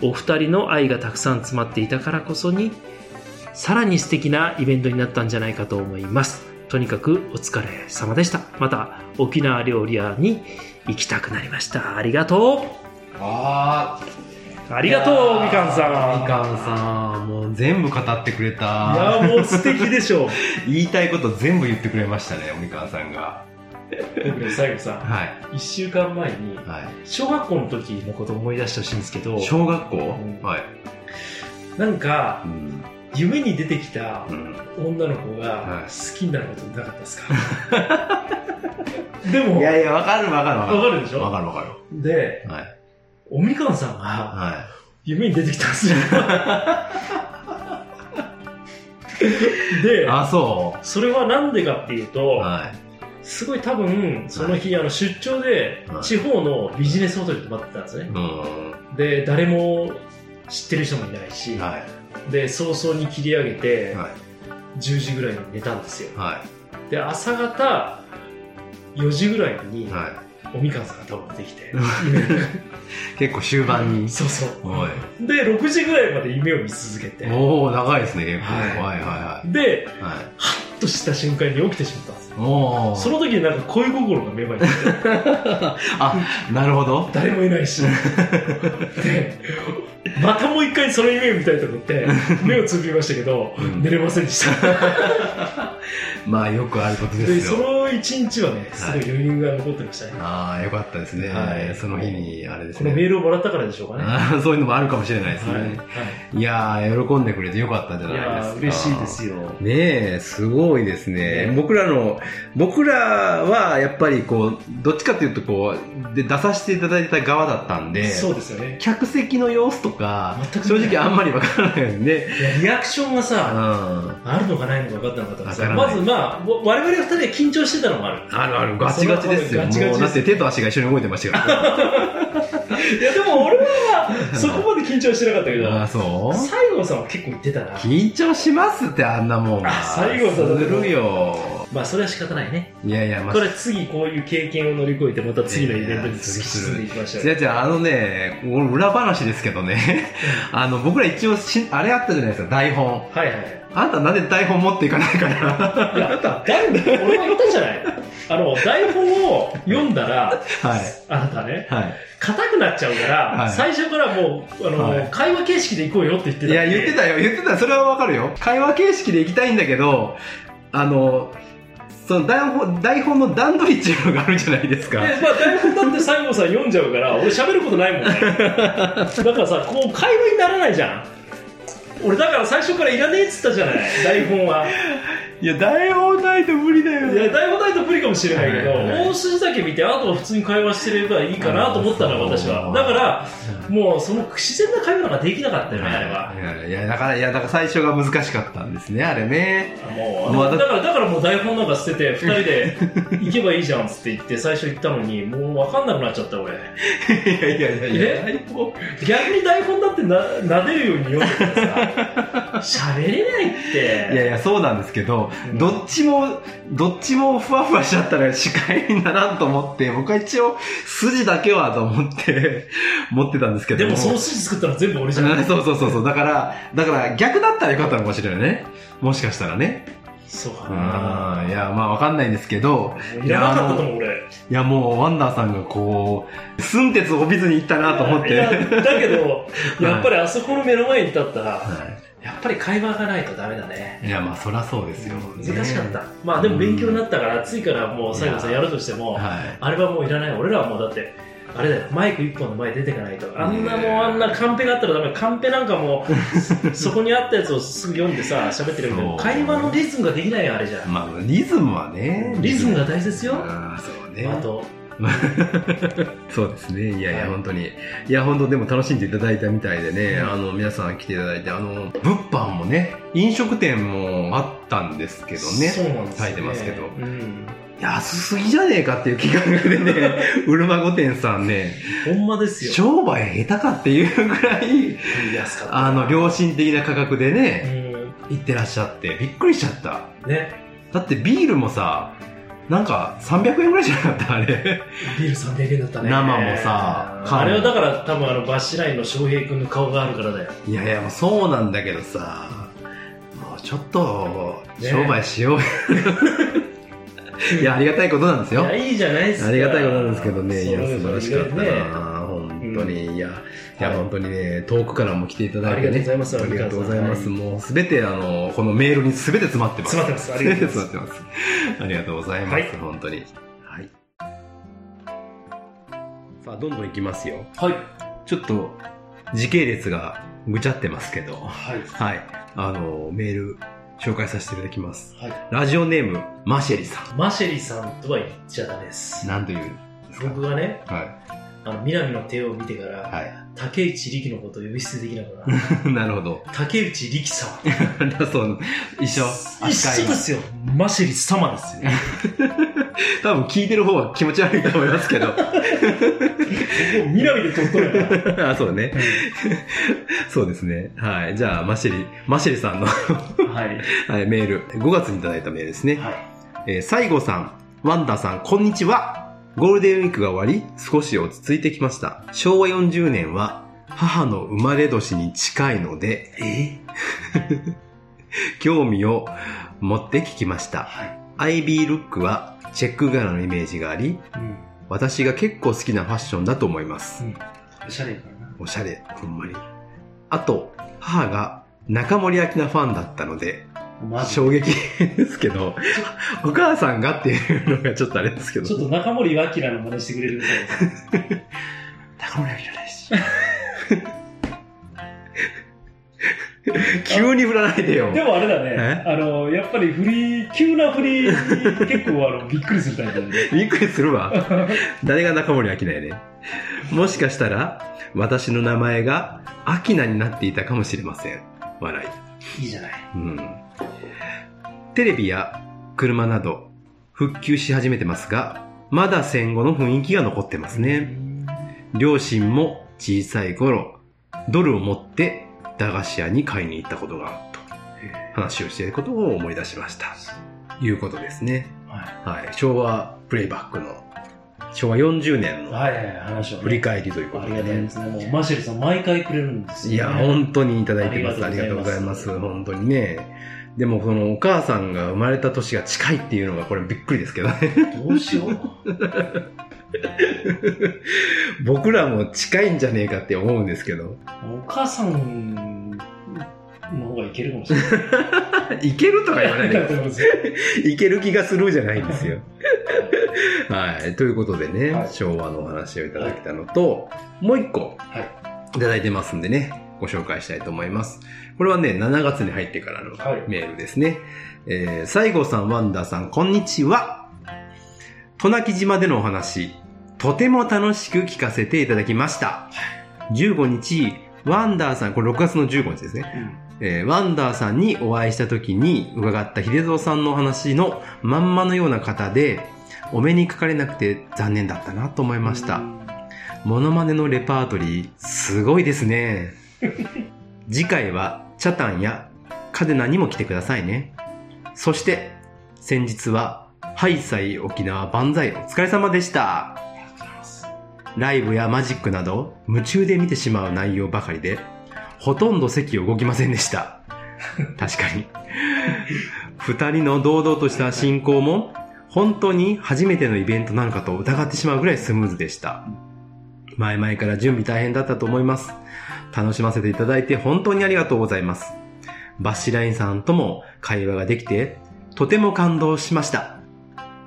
Speaker 3: お二人の愛がたくさん詰まっていたからこそにさらに素敵なイベントになったんじゃないかと思いますとにかくお疲れ様でしたまた沖縄料理屋に行きたくなりましたありがと
Speaker 4: あー
Speaker 3: うありがとうみかんさん
Speaker 4: みかんさん、もう全部語ってくれ
Speaker 3: い
Speaker 4: た。
Speaker 3: やもう素敵でしょう
Speaker 4: 言いたいこと全部言ってくれましたね、みかんさんが。
Speaker 3: 僕ね最後さ
Speaker 4: はい。
Speaker 3: 1週間前に
Speaker 4: は
Speaker 3: 小学校の時のことを思い出してほしいんですけど
Speaker 4: い。小学校
Speaker 3: ん
Speaker 4: はい。
Speaker 3: なんか
Speaker 4: うん。
Speaker 3: 夢に出てきた
Speaker 4: うん
Speaker 3: 女の子が
Speaker 4: はい
Speaker 3: 好きになることなかったですか、 でも
Speaker 4: いやいや、わかるわかるわかる。
Speaker 3: わかるでしょ
Speaker 4: わかるわかる。
Speaker 3: で
Speaker 4: はい。
Speaker 3: おみかんさんが
Speaker 4: は
Speaker 3: 夢に出てきたんですよ で
Speaker 4: い。あ、そ
Speaker 3: それはなんでかっていうと、
Speaker 4: う。は
Speaker 3: すごい多分その日、あの出張で
Speaker 4: はい
Speaker 3: 地方のビジネスホテルに泊まってたんですね
Speaker 4: い。う、ん。
Speaker 3: で誰も知ってる人もいないし、
Speaker 4: は
Speaker 3: で早々に切り上げ
Speaker 4: い。
Speaker 3: て、
Speaker 4: は
Speaker 3: 10時ぐらいに寝たんですよ
Speaker 4: い。は
Speaker 3: で朝方4時ぐらいに
Speaker 4: い。は
Speaker 3: おみかんさんが倒れてきて、
Speaker 2: 結構終盤に。
Speaker 3: そうそう。
Speaker 2: おい。
Speaker 3: で、6時ぐらいまで夢を見続けて、
Speaker 2: おお長いですね、結構。
Speaker 3: は
Speaker 2: は
Speaker 3: い
Speaker 2: いは
Speaker 3: で、
Speaker 2: いはい。はい、
Speaker 3: ふっとした瞬間に起きてしまったんですよ。
Speaker 2: おお
Speaker 3: その時になんか恋心が芽生えてきて、
Speaker 2: あ、なるほど。
Speaker 3: 誰もいな いし。で、またもう一回その夢を見たいと思って、目をつぶりましたけど、
Speaker 2: うん
Speaker 3: 寝れませんでした。
Speaker 2: まあ、よくあることで
Speaker 3: で、
Speaker 2: す
Speaker 3: そ
Speaker 2: よ。
Speaker 3: の一日はね、すごい余裕が残ってましたね。
Speaker 2: ああ、よかったですね。
Speaker 3: はい
Speaker 2: その日に、あれです
Speaker 3: このメ
Speaker 2: ね。
Speaker 3: ールをもらったからでしょうかね。は
Speaker 2: あー そういうのもあるかもしれないですね。
Speaker 3: い
Speaker 2: い、やー、喜んでくれてよかったんじゃ
Speaker 3: はい。い
Speaker 2: ないです
Speaker 3: や
Speaker 2: か。
Speaker 3: ー嬉しいで。すよ。
Speaker 2: ねえ、すごいですね。
Speaker 3: ね
Speaker 2: 僕らの、僕らはやっぱりこう、どっちかというとこう、で出させていただいた側だったんで、
Speaker 3: そうですよね。
Speaker 2: 客席の様子とか、
Speaker 3: 全く
Speaker 2: 正直あんまりわからないんで、
Speaker 3: いやリアクションが
Speaker 2: う
Speaker 3: さ、
Speaker 2: ん。
Speaker 3: あるのかないのか分かんなかったんですよ
Speaker 2: わから
Speaker 3: ま
Speaker 2: ない
Speaker 3: ずまあ、わ我々二人は緊張してたのもある。
Speaker 2: あるある、ガチガチですよ。
Speaker 3: ガチガ
Speaker 2: もう
Speaker 3: チ
Speaker 2: だ
Speaker 3: で
Speaker 2: っ
Speaker 3: す
Speaker 2: て手と足が一緒に動いてましたか
Speaker 3: いや、でも俺は そこまで緊張してなかったけど、
Speaker 2: ら。あ、そう
Speaker 3: 西郷さんは結構言ってたな。
Speaker 2: 緊張しますってあんなもんは。
Speaker 3: あ最後
Speaker 2: す
Speaker 3: だな
Speaker 2: るよ。
Speaker 3: まあ、それは仕方ないね。
Speaker 2: いやいや、まあ
Speaker 3: こ、れ次こういう経験を乗り越えて、また次のイベントに突き進んでいきましょう
Speaker 2: じゃ
Speaker 3: よ。
Speaker 2: じゃあのね、この裏話ですけどね、 あの、僕ら一応し、あれあったじゃないですか、台本。
Speaker 3: はいはい。
Speaker 2: あんたなんで台本持っていかないかな。
Speaker 3: いや、誰も俺は言ったじゃない。あの、台本を読んだら、
Speaker 2: はい。
Speaker 3: あなたね、
Speaker 2: はい。
Speaker 3: 硬くなっちゃうから、
Speaker 2: はい
Speaker 3: 最初からもう、あの、
Speaker 2: はい
Speaker 3: 会話形式で行こうよって言ってたん
Speaker 2: い
Speaker 3: で
Speaker 2: や、言ってたよ、言ってた、それはわかるよ。会話形式で行きたいんだけど、あの、その台本、台本の段取りっていうのがあるじゃないですか。
Speaker 3: でまあ、台本だって西郷さん読んじゃうから俺喋ることないもんねだからさこう会話にならないじゃん俺だから最初からいらねえっつったじゃない台本はい
Speaker 2: や、台本ないと無理だよ
Speaker 3: いや台本ないと無理かもしれないけど、
Speaker 2: はいはいはい
Speaker 3: 大筋だけ見てあとは普通に会話してればいいかなと思ったの
Speaker 2: うん
Speaker 3: 私は
Speaker 2: そう
Speaker 3: だからもうその不自然な会話ができなかったよねあれは。
Speaker 2: いや、だから、いや、だから最初が難しかったんですね、あれね。
Speaker 3: もう
Speaker 2: まあ
Speaker 3: だからだからもう台本なんか捨てて2人で 行けばいいじゃんっつって言って最初行ったのにもう分かんなくなっちゃった俺
Speaker 2: いやいやい
Speaker 3: え台本逆に台本だってな撫でるように読んでた らさ喋れないって
Speaker 2: いやいや、そうなんですけど、
Speaker 3: うん
Speaker 2: どっちも、どっちもふわふわしちゃったら視界にならんと思って、僕は一応、筋だけはと思って、 持ってたんですけど
Speaker 3: でもその筋作ったの全部俺じゃ
Speaker 2: う
Speaker 3: なんい
Speaker 2: そうそうそうそう。だから、だから逆だったらよかったのかもしれないね。もしかしたらね。
Speaker 3: そうか
Speaker 2: あ
Speaker 3: な
Speaker 2: ーいや、まあわかんないんですけど、
Speaker 3: いらなかったと思う俺
Speaker 2: いやもう、ワンダーさんがこう、寸鉄を帯びずに行ったなと思っ
Speaker 3: い
Speaker 2: て。
Speaker 3: や
Speaker 2: はい
Speaker 3: だけど やっぱりあそこの目の前に立ったら
Speaker 2: い
Speaker 3: やっぱり会話がないとダメだね
Speaker 2: や、まあそらそうですよ。
Speaker 3: 難しかっ
Speaker 2: ね
Speaker 3: たまあでも勉強になったから次からもう最後さんやるとしても
Speaker 2: はい。
Speaker 3: あれはもういらない俺らはもうだってあれだよマイク一本の前に出てかないとあんなも
Speaker 2: ね
Speaker 3: う
Speaker 2: え
Speaker 3: あんなカンペがあったらダメカンペなんかも うそこにあったやつをすぐ読んでさ喋ってるけ
Speaker 2: そ
Speaker 3: ど
Speaker 2: う
Speaker 3: 会話のリズムができないよあれじゃん
Speaker 2: まあ、リズムはね。
Speaker 3: リズムが大切よ
Speaker 2: ああ、そうね。
Speaker 3: あと
Speaker 2: そうですね。いやいや、
Speaker 3: はい
Speaker 2: 本当に。いや、本当でも楽しんでいただいたみたいでね、
Speaker 3: うん
Speaker 2: あの、皆さん来ていただいて、あの、物販もね、飲食店もあったんですけど
Speaker 3: そう
Speaker 2: ね。
Speaker 3: なんですよ
Speaker 2: 書いてますけど
Speaker 3: うん
Speaker 2: 安すぎじゃねえかっていう企画でね、 うるま御殿さんね、
Speaker 3: ほんまですよ
Speaker 2: 商売下手かっていうぐらい、
Speaker 3: 安かった
Speaker 2: あの、良心的な価格で
Speaker 3: う
Speaker 2: ね、
Speaker 3: ん
Speaker 2: 行ってらっしゃって、びっくりしちゃった。
Speaker 3: ね
Speaker 2: だってビールもさ、なんか300円ぐらいじゃなかった、あれ。
Speaker 3: ビール300円だったね
Speaker 2: 生もさ
Speaker 3: あれはだから多分あのバッシュラインの翔平君の顔があるからだよ
Speaker 2: いやいや、もうそうなんだけどさ、もうちょっと、
Speaker 3: ね
Speaker 2: 商売しようよ。いや、ありがたいことなんです
Speaker 3: い
Speaker 2: よ。
Speaker 3: や
Speaker 2: あ
Speaker 3: いいじゃないですか
Speaker 2: りがたいことなんですけどね、いや、
Speaker 3: そう
Speaker 2: 素晴らしかった
Speaker 3: ね
Speaker 2: な、本当に。いや、いや、
Speaker 3: はい
Speaker 2: 本当にね、遠くからも来ていただいて
Speaker 3: あり
Speaker 2: ね
Speaker 3: がとうございます
Speaker 2: ありがとうございます。
Speaker 3: は
Speaker 2: もうすべて、あの、このメールにすべて詰まってます。
Speaker 3: 詰まってますありがとうござ
Speaker 2: すべて詰まって
Speaker 3: います
Speaker 2: ます。ありがとうございま
Speaker 3: は
Speaker 2: す
Speaker 3: い、
Speaker 2: 本当に。はい。さあ、どんどんいきますよ。
Speaker 3: はい
Speaker 2: ちょっと、時系列がぐちゃってますけど。
Speaker 3: はい
Speaker 2: はい。あの、メール、紹介させていただきます。
Speaker 3: はい
Speaker 2: ラジオネーム、マシェリさ
Speaker 3: マシェリさんとは言っちゃダメです
Speaker 2: ん。。なんという。
Speaker 3: 僕がね、
Speaker 2: は
Speaker 3: あの、南の帝王を見てから、
Speaker 2: い。は
Speaker 3: 竹内力のことを呼び捨てできなくなった。
Speaker 2: い。 なるほど。
Speaker 3: 竹内力様。
Speaker 2: そう、一緒。
Speaker 3: 一緒で
Speaker 2: が
Speaker 3: すよ。マシェリ様ですよ。
Speaker 2: 多分聞いてる方は気持ち悪いと思いますけど。
Speaker 3: もう南で取っとるから。
Speaker 2: あ、そうね。そうですね。はい。じゃあ、マシェリ、マシェリさんの、
Speaker 3: はい。
Speaker 2: はい、メール。5月にいただいたメールですね。
Speaker 3: はい。
Speaker 2: えー西郷さん、ワンダさん、こんにちは。ゴールデンウィークが終わり、少し落ち着いてきました。昭和40年は、母の生まれ年に近いので、 興味を持って聞きました。アイビールックはチェック柄のイメージがあり、
Speaker 5: うん。
Speaker 2: 私が結構好きなファッションだと思います。
Speaker 5: おしゃれやからな。
Speaker 2: おしゃれ、ほんまに。あと、母が中森明菜ファンだったので、
Speaker 5: マジ
Speaker 2: 衝撃ですけど、お母さんがっていうのがちょっとあれですけど。
Speaker 3: ちょっと中森明菜の真似してくれるみたいな。
Speaker 2: 中森明菜です。 急に振らないでよ。
Speaker 3: でもあれだね
Speaker 2: え、
Speaker 3: あの、やっぱり振り、急な振りに結構あの、びっくりするタイプだね。
Speaker 2: びっくりするわ。誰が中森明菜やねん。もしかしたら、私の名前が明菜になっていたかもしれません。笑い。
Speaker 3: いいじゃない。
Speaker 2: うん。テレビや車など復旧し始めてますが、まだ戦後の雰囲気が残ってますね。両親も小さい頃、ドルを持って駄菓子屋に買いに行ったことがあると、話をしていることを思い出しました。いうことですね。はい。昭和プレイバックの、昭和40年の
Speaker 3: はいはい、話を、ね。
Speaker 2: 振り返りというこ
Speaker 3: あ
Speaker 2: と
Speaker 3: り
Speaker 2: で
Speaker 3: がたい
Speaker 2: ね
Speaker 3: で。すね。もう、マシェルさん毎回くれるんですよ、
Speaker 2: い
Speaker 3: ね。
Speaker 2: や、本当にいただいてます。
Speaker 3: あ
Speaker 2: あ
Speaker 3: り
Speaker 2: り
Speaker 3: が
Speaker 2: がとう
Speaker 3: とうご
Speaker 2: ご
Speaker 3: ざ
Speaker 2: ざ
Speaker 3: い
Speaker 2: い
Speaker 3: ま
Speaker 2: ますす。本当にね。でも、その、お母さんが生まれた年が近いっていうのが、これびっくりですけどね。
Speaker 3: どうしよう。
Speaker 2: 僕らも近いんじゃねえかって思うんですけど。
Speaker 3: お母さんの方がいけるかもしれない。
Speaker 2: いけるとか言わないで。
Speaker 3: はい
Speaker 2: ける気がするじゃないんです よ。はい。ということでね、
Speaker 3: はい
Speaker 2: 昭和のお話をいただいたのと、もう一個、、
Speaker 3: はい
Speaker 2: ただいてますんでね、ご紹介したいと思います。これはね、7月に入ってからの
Speaker 3: はい
Speaker 2: メールですね。えー、西郷さん、ワンダーさん、こんにちは。渡名喜島でのお話、とても楽しく聞かせていただきました。15日、ワンダーさん、これ6月の15日ですね。えーワンダーさんにお会いした時に伺った秀蔵さんのお話のまんまのような方で、お目にかかれなくて残念だったなと思いました。モノマネのレパートリー、すごいですね。次回は、チャタンやカデナにも来てくださいね。そして、先日は、ハイサイ沖縄万歳お疲れ様でした。ライブやマジックなど、夢中で見てしまう内容ばかりで、ほとんど席を動きませんでした。確かに。二人の堂々とした進行も、本当に初めてのイベントなのかと疑ってしまうぐらいスムーズでした。前々から準備大変だったと思います。楽しませていただいて本当にありがとうございます。バッシュラインさんとも会話ができて、とても感動しました。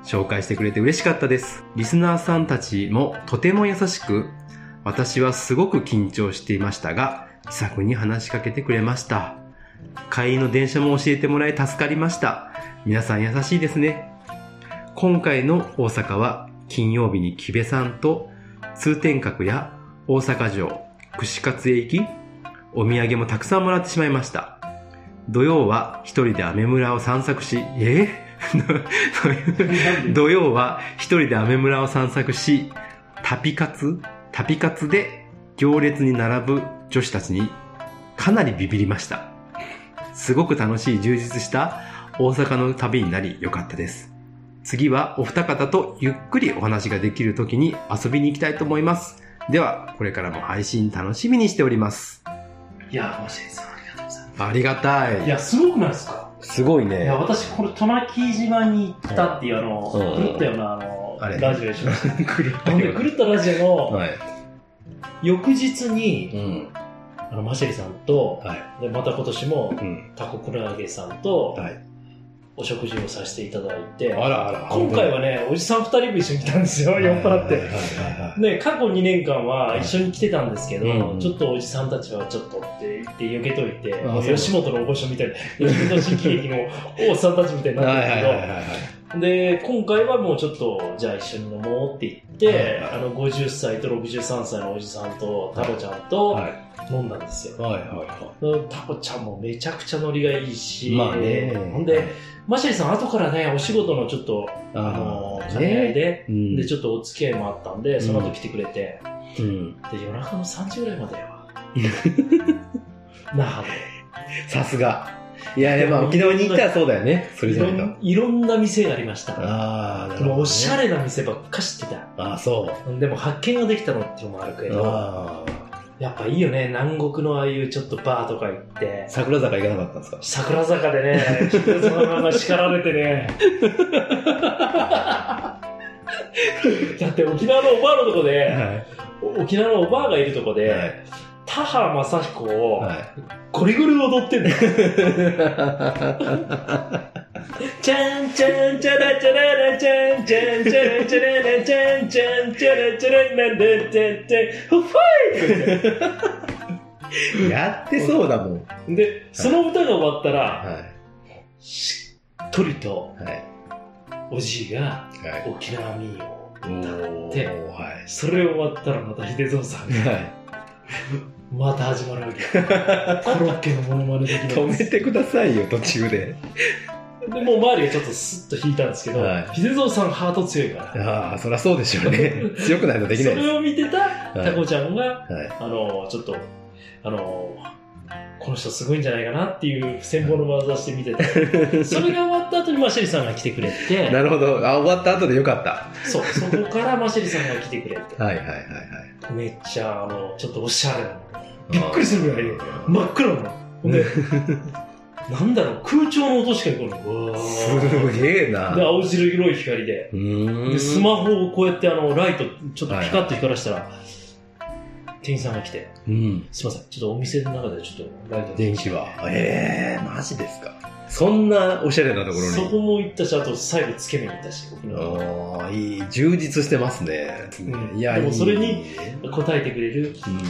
Speaker 2: 紹介してくれて嬉しかったです。リスナーさんたちもとても優しく、私はすごく緊張していましたが、気さくに話しかけてくれました。会員の電車も教えてもらい助かりました。皆さん優しいですね。今回の大阪は金曜日に木部さんと通天閣や大阪城、串カツへ行き、お土産もたくさんもらってしまいました。土曜は一人で雨村を散策し、えー 土曜は一人で雨村を散策し、タピカツタピカツで行列に並ぶ女子たちにかなりビビりました。すごく楽しい充実した大阪の旅になり良かったです。次はお二方とゆっくりお話ができる時に遊びに行きたいと思います。では、これからも配信楽しみにしております。
Speaker 3: いや、マシェルさんありがとうございま
Speaker 2: ありがた
Speaker 3: す。
Speaker 2: い。
Speaker 3: いや、すごくないですか
Speaker 2: すごい
Speaker 3: い
Speaker 2: ね
Speaker 3: や、私、これ、渡名喜島に行ったっていう、あの、
Speaker 2: うん
Speaker 3: 狂ったような、あの、
Speaker 2: あれ
Speaker 3: ラジオで しょ。
Speaker 2: くる
Speaker 3: ほんで、狂ったラジオの
Speaker 2: はい。
Speaker 3: 翌日に、
Speaker 2: ん。
Speaker 3: あの、マシェリさんと、
Speaker 2: はい。
Speaker 3: でまた今年も、
Speaker 2: うん。
Speaker 3: タコクラゲさんと、
Speaker 2: はい。
Speaker 3: お食事をさせていただいて、
Speaker 2: らあら
Speaker 3: 今回はね、おじさん二人も一緒に来たんですよ、酔っ払って。ね、過去2年間は一緒に来てたんですけど、
Speaker 2: うんうん
Speaker 3: ちょっとおじさんたちはちょっとって言って避けといて、
Speaker 2: あそう
Speaker 3: 吉本のお御所みたいな、吉本新喜劇のおっさんたちみたいになってるけど、
Speaker 2: はい。
Speaker 3: で今回はもうちょっとじゃあ一緒に飲もうって言って、
Speaker 2: はいはい
Speaker 3: あの50歳と63歳のおじさんとタコちゃんと
Speaker 2: はい
Speaker 3: 飲んだんですよ、
Speaker 2: はいは
Speaker 3: タコちゃんもめちゃくちゃノリがいいし、
Speaker 2: まあね。
Speaker 3: ほんで、マシャリさん後からねお仕事のちょっと
Speaker 2: あ
Speaker 3: あの
Speaker 2: ー
Speaker 3: 兼ね合いで、
Speaker 2: うん
Speaker 3: でちょっとお付き合いもあったんでその後来てくれて、
Speaker 2: うん。
Speaker 3: で夜中の3時ぐらいまでよ那覇で
Speaker 2: さすが。いや、でも沖縄に行ったらそうだよね。それ
Speaker 3: い
Speaker 2: じゃ
Speaker 3: ろ
Speaker 2: ない
Speaker 3: ん
Speaker 2: と。
Speaker 3: いろんな店がありました。
Speaker 2: ああ、なるほど、
Speaker 3: もうおしゃ。れな店ばっか知ってた。
Speaker 2: ああ、そう。
Speaker 3: でも発見ができたのっていうのもあるけど、
Speaker 2: ああ。
Speaker 3: やっぱいいよね、南国のああいうちょっとバーとか行って、
Speaker 2: 桜坂行かなかったんですか
Speaker 3: 桜坂でね、そのまま叱られて ね。だって沖縄のおばあのとこで、
Speaker 2: は
Speaker 3: 沖縄のおばあがいるとこ
Speaker 2: い。
Speaker 3: で、
Speaker 2: はい。
Speaker 3: 田原正彦を
Speaker 2: はい。
Speaker 3: ゴリゴリ踊ってんの。チャンチャンチャラチャララチャンチャンチャラチャララチャンチャンチャラチャラララチャンチャンほっほ
Speaker 2: やってそうだもん。はい
Speaker 3: で、その歌が終わったら、
Speaker 2: い。
Speaker 3: しっとりと
Speaker 2: はい。
Speaker 3: おじいが
Speaker 2: はい。
Speaker 3: 沖縄民謡を
Speaker 2: おー
Speaker 3: で
Speaker 2: はい。
Speaker 3: それ終わったらまた秀蔵さんが
Speaker 2: は
Speaker 3: また始まるわけコロッケのモノマネで
Speaker 2: い。
Speaker 3: きない
Speaker 2: 止めてくださいよ、途中で。
Speaker 3: でもう周りがちょっとスッと引いたんですけど、
Speaker 2: はい
Speaker 3: 秀蔵さんハート強いから
Speaker 2: ああ、そりゃそうでしょう ね。強くないとできない
Speaker 3: そ
Speaker 2: です。
Speaker 3: れを見てた
Speaker 2: はい
Speaker 3: タコちゃんが、
Speaker 2: はい。
Speaker 3: あのちょっとあのこの人すごいんじゃないかなっていう戦法の技して見て たそれが終わった後にマシェリさんが来てくれて
Speaker 2: なるほど。あ、終わった後でよかった。
Speaker 3: そうそこからマシェリさんが来てくれて
Speaker 2: はいはいはいはい。
Speaker 3: めっちゃあのちょっとおしゃれなびっくりするぐらい真っ暗なのほ んでなんだろう空調の音しか来ないわー
Speaker 2: すげえな。
Speaker 3: で青白い光で
Speaker 2: うー
Speaker 3: で
Speaker 2: ん。
Speaker 3: スマホをこうやってあのライトちょっとピカッと光らしたら、店員さんが来て
Speaker 2: うん。
Speaker 3: すいませんちょっとお店の中でちょっとライト
Speaker 2: 電気は。ええー、マジですか。そんなおしゃれなところに。
Speaker 3: そこも行ったしあと最後つけ麺行ったし沖縄
Speaker 2: ああ、いい。充実してますね。
Speaker 3: うん
Speaker 2: いや、
Speaker 3: でも
Speaker 2: いい
Speaker 3: それに、答えてくれる、
Speaker 2: うん。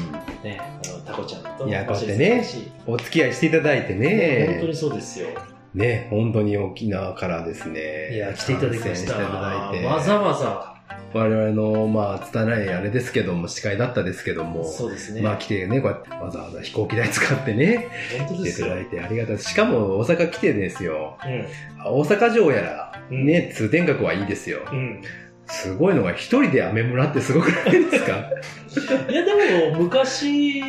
Speaker 3: ね、あのタコちゃんと
Speaker 2: いやこうやって
Speaker 3: マシェ
Speaker 2: ね
Speaker 3: リさんだし
Speaker 2: お付き合いしていただいて
Speaker 3: ね
Speaker 2: ね
Speaker 3: 本当。にそうですよ
Speaker 2: ね、本当に沖縄からですね。
Speaker 3: いや来ていただきました
Speaker 2: 参戦していただいて
Speaker 3: わざわざ
Speaker 2: 我々の、まあ、拙いあれですけども、司会だったですけども、
Speaker 3: そうですね、
Speaker 2: まあ来てね、こうやってわざわざ飛行機代使ってね、
Speaker 3: 本当
Speaker 2: 来
Speaker 3: で
Speaker 2: てい
Speaker 3: す
Speaker 2: た
Speaker 3: よ、
Speaker 2: だいてありがたいです。しかも大阪来てですよ、
Speaker 3: うん
Speaker 2: あ大阪城やら、
Speaker 3: うん
Speaker 2: ね、通天閣はいいですよ。
Speaker 3: うん
Speaker 2: すごいのが一人で雨村ってすごくないです か
Speaker 3: いやでも昔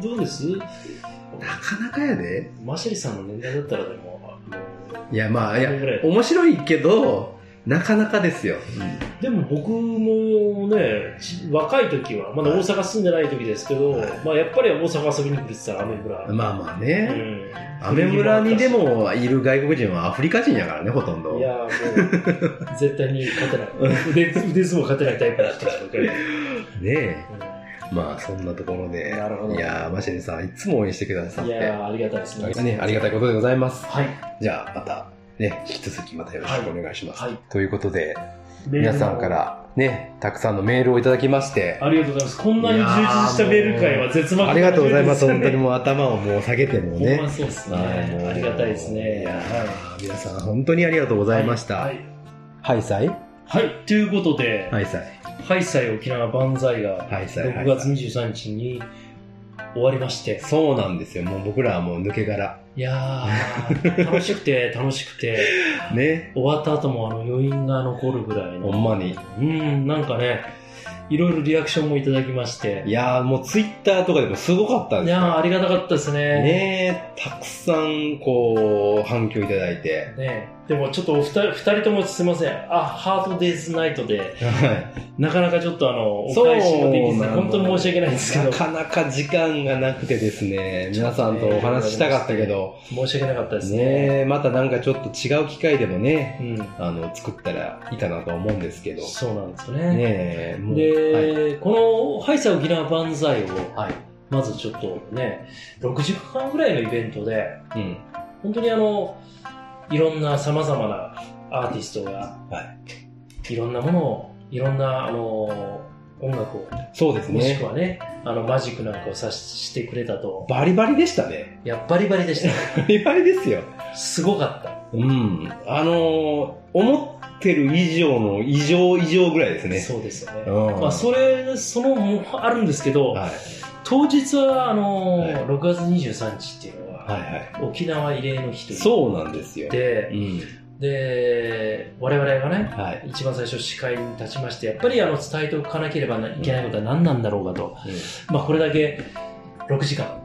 Speaker 3: どうです
Speaker 2: なかなかやで。
Speaker 3: マシェリさんの年代だったらでももう
Speaker 2: いや、まあ、いや
Speaker 3: このぐらい、
Speaker 2: 面白いけど、なかなかですよ。
Speaker 3: でも僕もねち若い時はまだ大阪住んでない時ですけど、
Speaker 2: はい
Speaker 3: まあやっぱり大阪遊びに来るって言ったら雨降ら
Speaker 2: まあまあ
Speaker 3: う
Speaker 2: ね。
Speaker 3: ん
Speaker 2: 雨村にでもいる外国人はアフリカ人やからね、ほとんど。
Speaker 3: いやもう絶対に勝 てない腕腕相撲勝てないタイプだったし僕、
Speaker 2: ねえ。まあ、そんなところで。
Speaker 3: なるほど
Speaker 2: いやー、マシェルさん、いつも応援してくださ
Speaker 3: う
Speaker 2: っ
Speaker 3: ん、い
Speaker 2: て。
Speaker 3: やーありがたいですね
Speaker 2: ね、ありがたいことでございます。
Speaker 3: はい
Speaker 2: じゃあ、また、ね、引き続きまたよろしくお願いします。
Speaker 3: はいはい
Speaker 2: ということで、皆さんから、ね、たくさんのメールをいただきまして、
Speaker 3: ありがとうございますこんなに充実したメール会は絶
Speaker 2: あ
Speaker 3: 望
Speaker 2: りがとうございます。本当にもう頭をもう下げても
Speaker 3: ほん
Speaker 2: ね
Speaker 3: ま。そうですね、
Speaker 2: はいもう
Speaker 3: ありがたいですね
Speaker 2: いや
Speaker 3: はい
Speaker 2: ー皆さん、本当にありがとうございました。
Speaker 3: は
Speaker 2: はいい、、はい、さい
Speaker 3: はいということで、
Speaker 2: はい、さい。
Speaker 3: ハイサイ沖縄万歳が
Speaker 2: ハイサイ
Speaker 3: 6月23日に終わりまして、
Speaker 2: そうなんですよ。もう僕らはもう抜け殻。
Speaker 3: いや ー、楽しくて楽しくて、
Speaker 2: ね。
Speaker 3: 終わった後もあの余韻が残るぐらい
Speaker 2: ほ
Speaker 3: の、
Speaker 2: んまに。
Speaker 3: うん、なんかね、いろいろリアクションもいただきまして、
Speaker 2: いやー、もうツイッターとかでもすごかったん
Speaker 3: い
Speaker 2: です
Speaker 3: やー、
Speaker 2: よ。
Speaker 3: ありがたかったですね。
Speaker 2: ねたくさん、こう、反響いただいて。
Speaker 3: ねでもちょっとお二人二人ともすいません、あ、ハートデイズナイトで、
Speaker 2: は
Speaker 3: なかなかちょっとあの、お返しもできず、本当に申し訳ないんですけど
Speaker 2: な、かなか時間がなくてですね、皆さんとお話ししたかったけど、
Speaker 3: 申し訳なかったですね。
Speaker 2: ねまたなんかちょっと違う機会でもね、
Speaker 3: うん
Speaker 2: あの、作ったらいいかなと思うんですけど。
Speaker 3: そうなんですよ
Speaker 2: ねえ、もう
Speaker 3: で、
Speaker 2: はい
Speaker 3: この「ハイサイ沖縄万歳」を
Speaker 2: はい。
Speaker 3: まずちょっとね6時間ぐらいのイベントで
Speaker 2: うん。
Speaker 3: 本当にあのいろんなさまざまなアーティストが、、
Speaker 2: はい
Speaker 3: ろんなものをいろんなあの音楽を
Speaker 2: そうです
Speaker 3: もしく
Speaker 2: ね。
Speaker 3: はねあのマジックなんかをさしてくれたと
Speaker 2: バリバリでしたね。
Speaker 3: いやバリバリでし
Speaker 2: バリバリですよ。
Speaker 3: たすごかった、
Speaker 2: うん。あのー思ってる以上の異常以上ぐらいですね。
Speaker 3: そうですよね、
Speaker 2: うん
Speaker 3: まあ、それそのもあるんですけど、
Speaker 2: はい。
Speaker 3: 当日はあの、
Speaker 2: はい
Speaker 3: 6月23日っていうのは、
Speaker 2: はいはい。
Speaker 3: 沖縄慰霊の日という
Speaker 2: そうなんですよ。う
Speaker 3: で
Speaker 2: ん。
Speaker 3: で我々がね
Speaker 2: はい。
Speaker 3: 一番最初司会に立ちましてやっぱりあの伝えておかなければいけないことは何なんだろうかと、まあ、これだけ6時間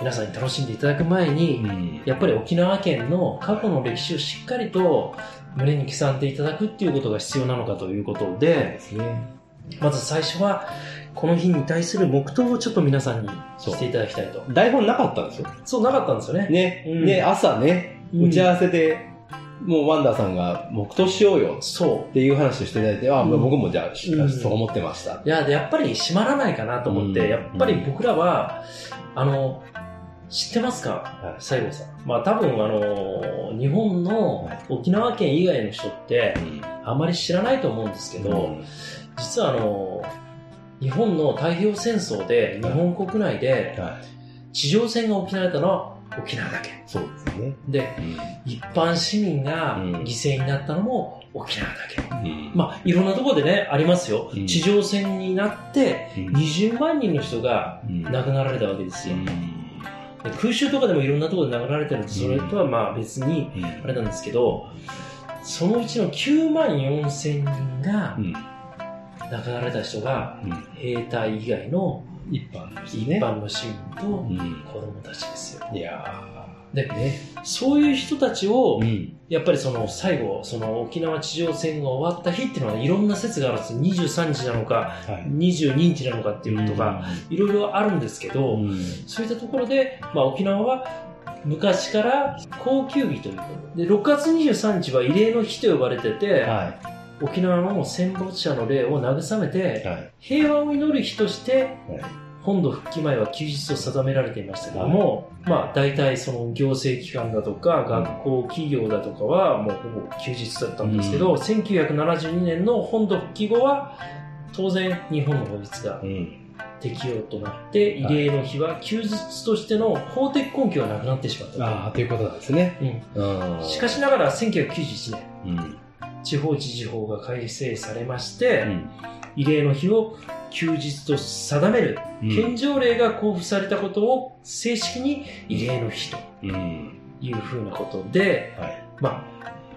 Speaker 3: 皆さんに楽しんでいただく前に、
Speaker 2: ん
Speaker 3: やっぱり沖縄県の過去の歴史をしっかりと胸に刻んでいただくっていうことが必要なのかということで、まず最初は、この日に対する黙祷をちょっと皆さんにしていただきたいと。
Speaker 2: 台本なかったんですよ。
Speaker 3: そうなかったんですよね。
Speaker 2: ね、
Speaker 3: うん
Speaker 2: ね、朝ね、
Speaker 3: うん
Speaker 2: 打ち合わせで、もうワンダーさんが黙祷しようよ
Speaker 3: そ
Speaker 2: っていう話をしていただいて、あ、
Speaker 3: うん
Speaker 2: 僕もじゃあ、
Speaker 3: うん
Speaker 2: そう思ってました
Speaker 3: う。。いや、でやっぱり閉まらないかなと思って、
Speaker 2: うん
Speaker 3: やっぱり僕らは、あの、知ってますか
Speaker 2: はい
Speaker 3: 西郷さん。まあ多分あの、日本の
Speaker 2: はい
Speaker 3: 沖縄県以外の人って
Speaker 2: う、ん
Speaker 3: あまり知らないと思うんですけ
Speaker 2: け
Speaker 3: ど、
Speaker 2: ど、
Speaker 3: 実はあの日本の太平洋戦争で日本国内で
Speaker 2: は
Speaker 3: 地上戦が起きられたのは沖縄だけ
Speaker 2: い、そうですね。
Speaker 3: で一般市民が
Speaker 2: うん
Speaker 3: 犠牲になったのも沖縄だけ、
Speaker 2: うん
Speaker 3: まあいろんなところでねありますよ、
Speaker 2: うん
Speaker 3: 地上戦になって
Speaker 2: うん
Speaker 3: 20万人の人が
Speaker 2: うん
Speaker 3: 亡くなられたわけです
Speaker 2: う
Speaker 3: よ、
Speaker 2: ん
Speaker 3: で空襲とかでもいろんなところで亡くなられてるんでそれとはまあ別に
Speaker 2: うん
Speaker 3: あれなんですけどそのうちの9万4千人が
Speaker 2: うん
Speaker 3: 亡くなられた人が
Speaker 2: うん
Speaker 3: 兵隊以外の
Speaker 2: 一般の人
Speaker 3: 一
Speaker 2: ね。
Speaker 3: 般の市民と
Speaker 2: うん
Speaker 3: 子供たちですよ。
Speaker 2: いや
Speaker 3: で、
Speaker 2: ーね。
Speaker 3: そういう人たちを、
Speaker 2: ん。
Speaker 3: やっぱりその最後、その沖縄地上戦が終わった日っていうのは、いろんな説があるんです。23日なのか、
Speaker 2: はい。
Speaker 3: 22日なのかっていうのとか、いろいろあるんですけど、
Speaker 2: うん、
Speaker 3: そういったところで、まあ、沖縄は昔から高級日ということで、6月23日は慰霊の日と呼ばれてて、
Speaker 2: は
Speaker 3: 沖縄の戦没者の霊を慰め
Speaker 2: い。
Speaker 3: て、
Speaker 2: はい。
Speaker 3: 平和を祈る日として
Speaker 2: はい
Speaker 3: 本土復帰前は休日を定められていましたけども、まあ大体その行政機関だとか学校、企業だとかはもうほぼ休日だったんですけど、1972年の本土復帰後は当然日本の法律が
Speaker 2: うん。
Speaker 3: 適用となって慰霊の日は休日としての法的根拠がなくなってしまったと、
Speaker 2: ああ、ということなんですね。
Speaker 3: う
Speaker 2: うん
Speaker 3: ん、しかしながら1991年
Speaker 2: うん。
Speaker 3: 地方自治法が改正されまし
Speaker 2: う
Speaker 3: て、
Speaker 2: ん。
Speaker 3: 慰霊の日を休日と定める
Speaker 2: うん
Speaker 3: 献上令が交付されたことを正式に慰霊の日と
Speaker 2: うん。
Speaker 3: いうふうなことで、
Speaker 2: はい。
Speaker 3: ま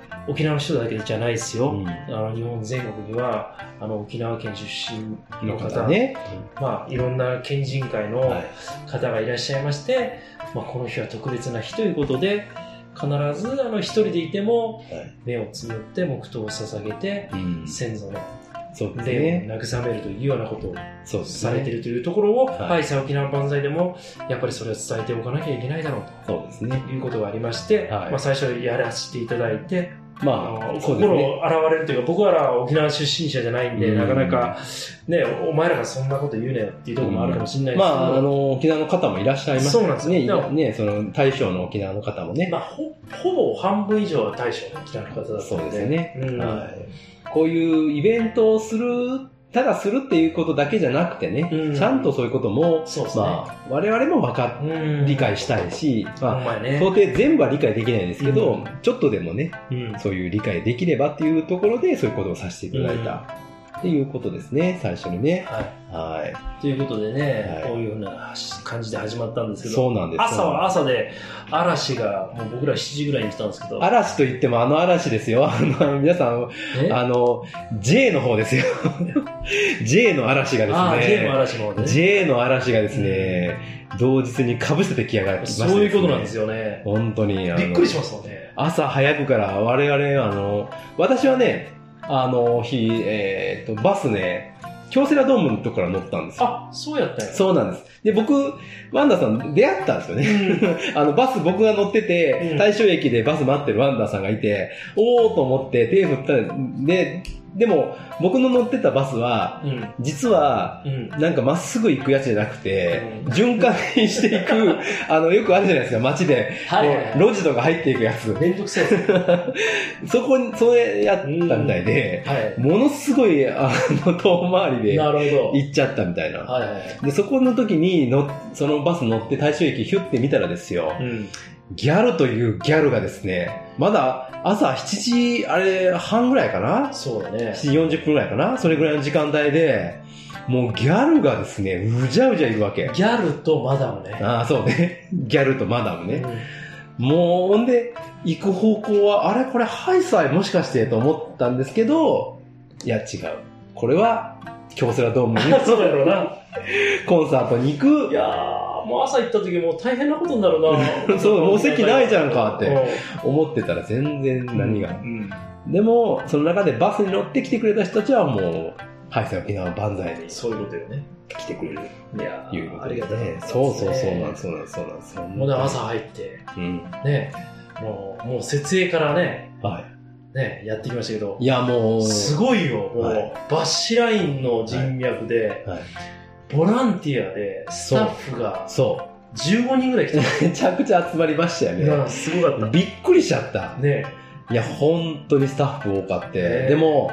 Speaker 3: あ、沖縄の人だけじゃないですよ、
Speaker 2: うん
Speaker 3: あの日本全国にはあの沖縄県出身の
Speaker 2: の
Speaker 3: 方
Speaker 2: 方ね。
Speaker 3: まあ、いろんな県人会の
Speaker 2: い。
Speaker 3: 方がいらっしゃいまして、まあ、この日は特別な日ということで必ずあの一人でいても
Speaker 2: はい
Speaker 3: 目をつむって黙祷を捧げて
Speaker 2: うん
Speaker 3: 先祖の
Speaker 2: そうです
Speaker 3: 霊
Speaker 2: ね。
Speaker 3: を慰めるというようなことを
Speaker 2: そうです
Speaker 3: さ
Speaker 2: ね。
Speaker 3: れてるというところを、
Speaker 2: はい
Speaker 3: はい、さ沖縄万歳でも、やっぱりそれを伝えておかなきゃいけないだろう
Speaker 2: そうですね
Speaker 3: と。いうことがありまして、
Speaker 2: はい
Speaker 3: まあ、最初やらせていただいて、
Speaker 2: ま
Speaker 3: あの
Speaker 2: あ、そうです
Speaker 3: 心
Speaker 2: ね。
Speaker 3: を洗われるというか、僕らは沖縄出身者じゃないんで、
Speaker 2: うん
Speaker 3: なかなか、ね、お前らがそんなこと言うねっていうところもあるかもしれないです
Speaker 2: ま
Speaker 3: けど、
Speaker 2: あ、あの、沖縄の方もいらっしゃいます
Speaker 3: そうなんですよ
Speaker 2: ね。い
Speaker 3: だか
Speaker 2: や
Speaker 3: ら
Speaker 2: ね、その、大将の沖縄の方もね
Speaker 3: ま。あほほぼ半分以上は大将の沖縄の方だった
Speaker 2: そ
Speaker 3: の
Speaker 2: う
Speaker 3: で、
Speaker 2: ですよね。
Speaker 3: うん
Speaker 2: はい。こういうイベントをする、ただするっていうことだけじゃなくてね、
Speaker 3: うん
Speaker 2: ちゃんとそういうことも、
Speaker 3: そうですね。
Speaker 2: まあ、我々も分か
Speaker 3: うん
Speaker 2: っ、理解したいし、
Speaker 3: ほん
Speaker 2: ま
Speaker 3: ま
Speaker 2: あ、
Speaker 3: やね。
Speaker 2: 到底全部は理解できないですけど、
Speaker 3: うん
Speaker 2: ちょっとでもね、
Speaker 3: うん
Speaker 2: そういう理解できればっていうところで、そういうことをさせていただいた。っていうことですね、最初にね。
Speaker 3: はい
Speaker 2: はい。
Speaker 3: ということでね、
Speaker 2: はい
Speaker 3: こういうふうな感じで始まったんですけど、
Speaker 2: そうなんです。
Speaker 3: 朝は朝で嵐がもう僕ら7時ぐらいに来たんですけど、
Speaker 2: 嵐と言ってもあの嵐ですよ。あの、皆さん、
Speaker 3: え
Speaker 2: あの、J の方ですよ。J の嵐がですね。
Speaker 3: あー J も嵐もね
Speaker 2: J の嵐がですね、同日に被せてきやがってきまして
Speaker 3: そう
Speaker 2: ね
Speaker 3: いうことなんですよね
Speaker 2: 本当に。あの
Speaker 3: びっくりしますもんね
Speaker 2: 朝早くから我々、あの、私はね、あの日、えーっと、バスね、京セラドームのとこから乗ったんですよ。
Speaker 3: あそうやったんや
Speaker 2: そうなんです。で、僕、ワンダさん出会ったんですよね。
Speaker 3: うん
Speaker 2: あの、バス僕が乗ってて、
Speaker 3: うん
Speaker 2: 大正駅でバス待ってるワンダーさんがいて、おーと思って手振ったんで、でも、僕の乗ってたバスは、
Speaker 3: うん
Speaker 2: 実は、
Speaker 3: うん
Speaker 2: なんかまっすぐ行くやつじゃなくて、
Speaker 3: うん
Speaker 2: 循環してい く、あの、よくあるじゃないですか、街で。
Speaker 3: はいはいはい
Speaker 2: こう路地とか入っていくやつ。
Speaker 3: めんどくさいですね
Speaker 2: そこに、それやったみたいで、
Speaker 3: は
Speaker 2: ものすごい、あの、遠回り
Speaker 3: い
Speaker 2: で
Speaker 3: なるほ
Speaker 2: 行っちゃったみたいな。
Speaker 3: どはいはい
Speaker 2: で、そこの時にの、そのバス乗って大正駅ヒュって見たらですよ、
Speaker 3: うん
Speaker 2: ギャルというギャルがですね、まだ朝7時、あれ、半ぐらいかな
Speaker 3: そうだね
Speaker 2: ?7 時40分ぐらいかなそれぐらいの時間帯で、もうギャルがですね、うじゃうじゃいるわけ。
Speaker 3: ギャルとマダムね
Speaker 2: ああ、そうね。ギャルとマダムね。
Speaker 3: う
Speaker 2: もう、ほんで、行く方向は、あれこれハイサイもしかしてと思ったんですけど、いや違う。これは、京セラドームに
Speaker 3: ん そうやろうな
Speaker 2: コンサートに行
Speaker 3: い
Speaker 2: く
Speaker 3: やーももう朝行った時もう大変なことになるな
Speaker 2: そうもう席ないじゃんかって
Speaker 3: う
Speaker 2: 思ってたら全然
Speaker 3: ん
Speaker 2: 何が
Speaker 3: う。ん
Speaker 2: でも、その中でバスに乗ってきてくれた人たちはもう、はい、さよ沖縄万歳に
Speaker 3: そういうことよね
Speaker 2: 来てくれる
Speaker 3: いや
Speaker 2: という
Speaker 3: ー
Speaker 2: こ
Speaker 3: あ
Speaker 2: と
Speaker 3: り
Speaker 2: で
Speaker 3: がたい
Speaker 2: ね。そうそうそうなんです、
Speaker 3: す
Speaker 2: そうなんです、そうなんです。
Speaker 3: もうね朝入って
Speaker 2: うん。
Speaker 3: ねもうもう設営からね
Speaker 2: は
Speaker 3: ねやってきましたけど
Speaker 2: い。いや、もう、
Speaker 3: すごいよ、もう、
Speaker 2: はい
Speaker 3: バッシュラインの人脈で、
Speaker 2: はい
Speaker 3: ボランティアで、スタッフが
Speaker 2: そ
Speaker 3: 15人ぐらい来て
Speaker 2: う。めちゃくちゃ集まりました
Speaker 3: た。な
Speaker 2: よ
Speaker 3: あすごか
Speaker 2: ね。
Speaker 3: っ
Speaker 2: びっくりしちゃった
Speaker 3: た。。ね
Speaker 2: いや、本当にスタッフ多かって。
Speaker 3: ね
Speaker 2: でも、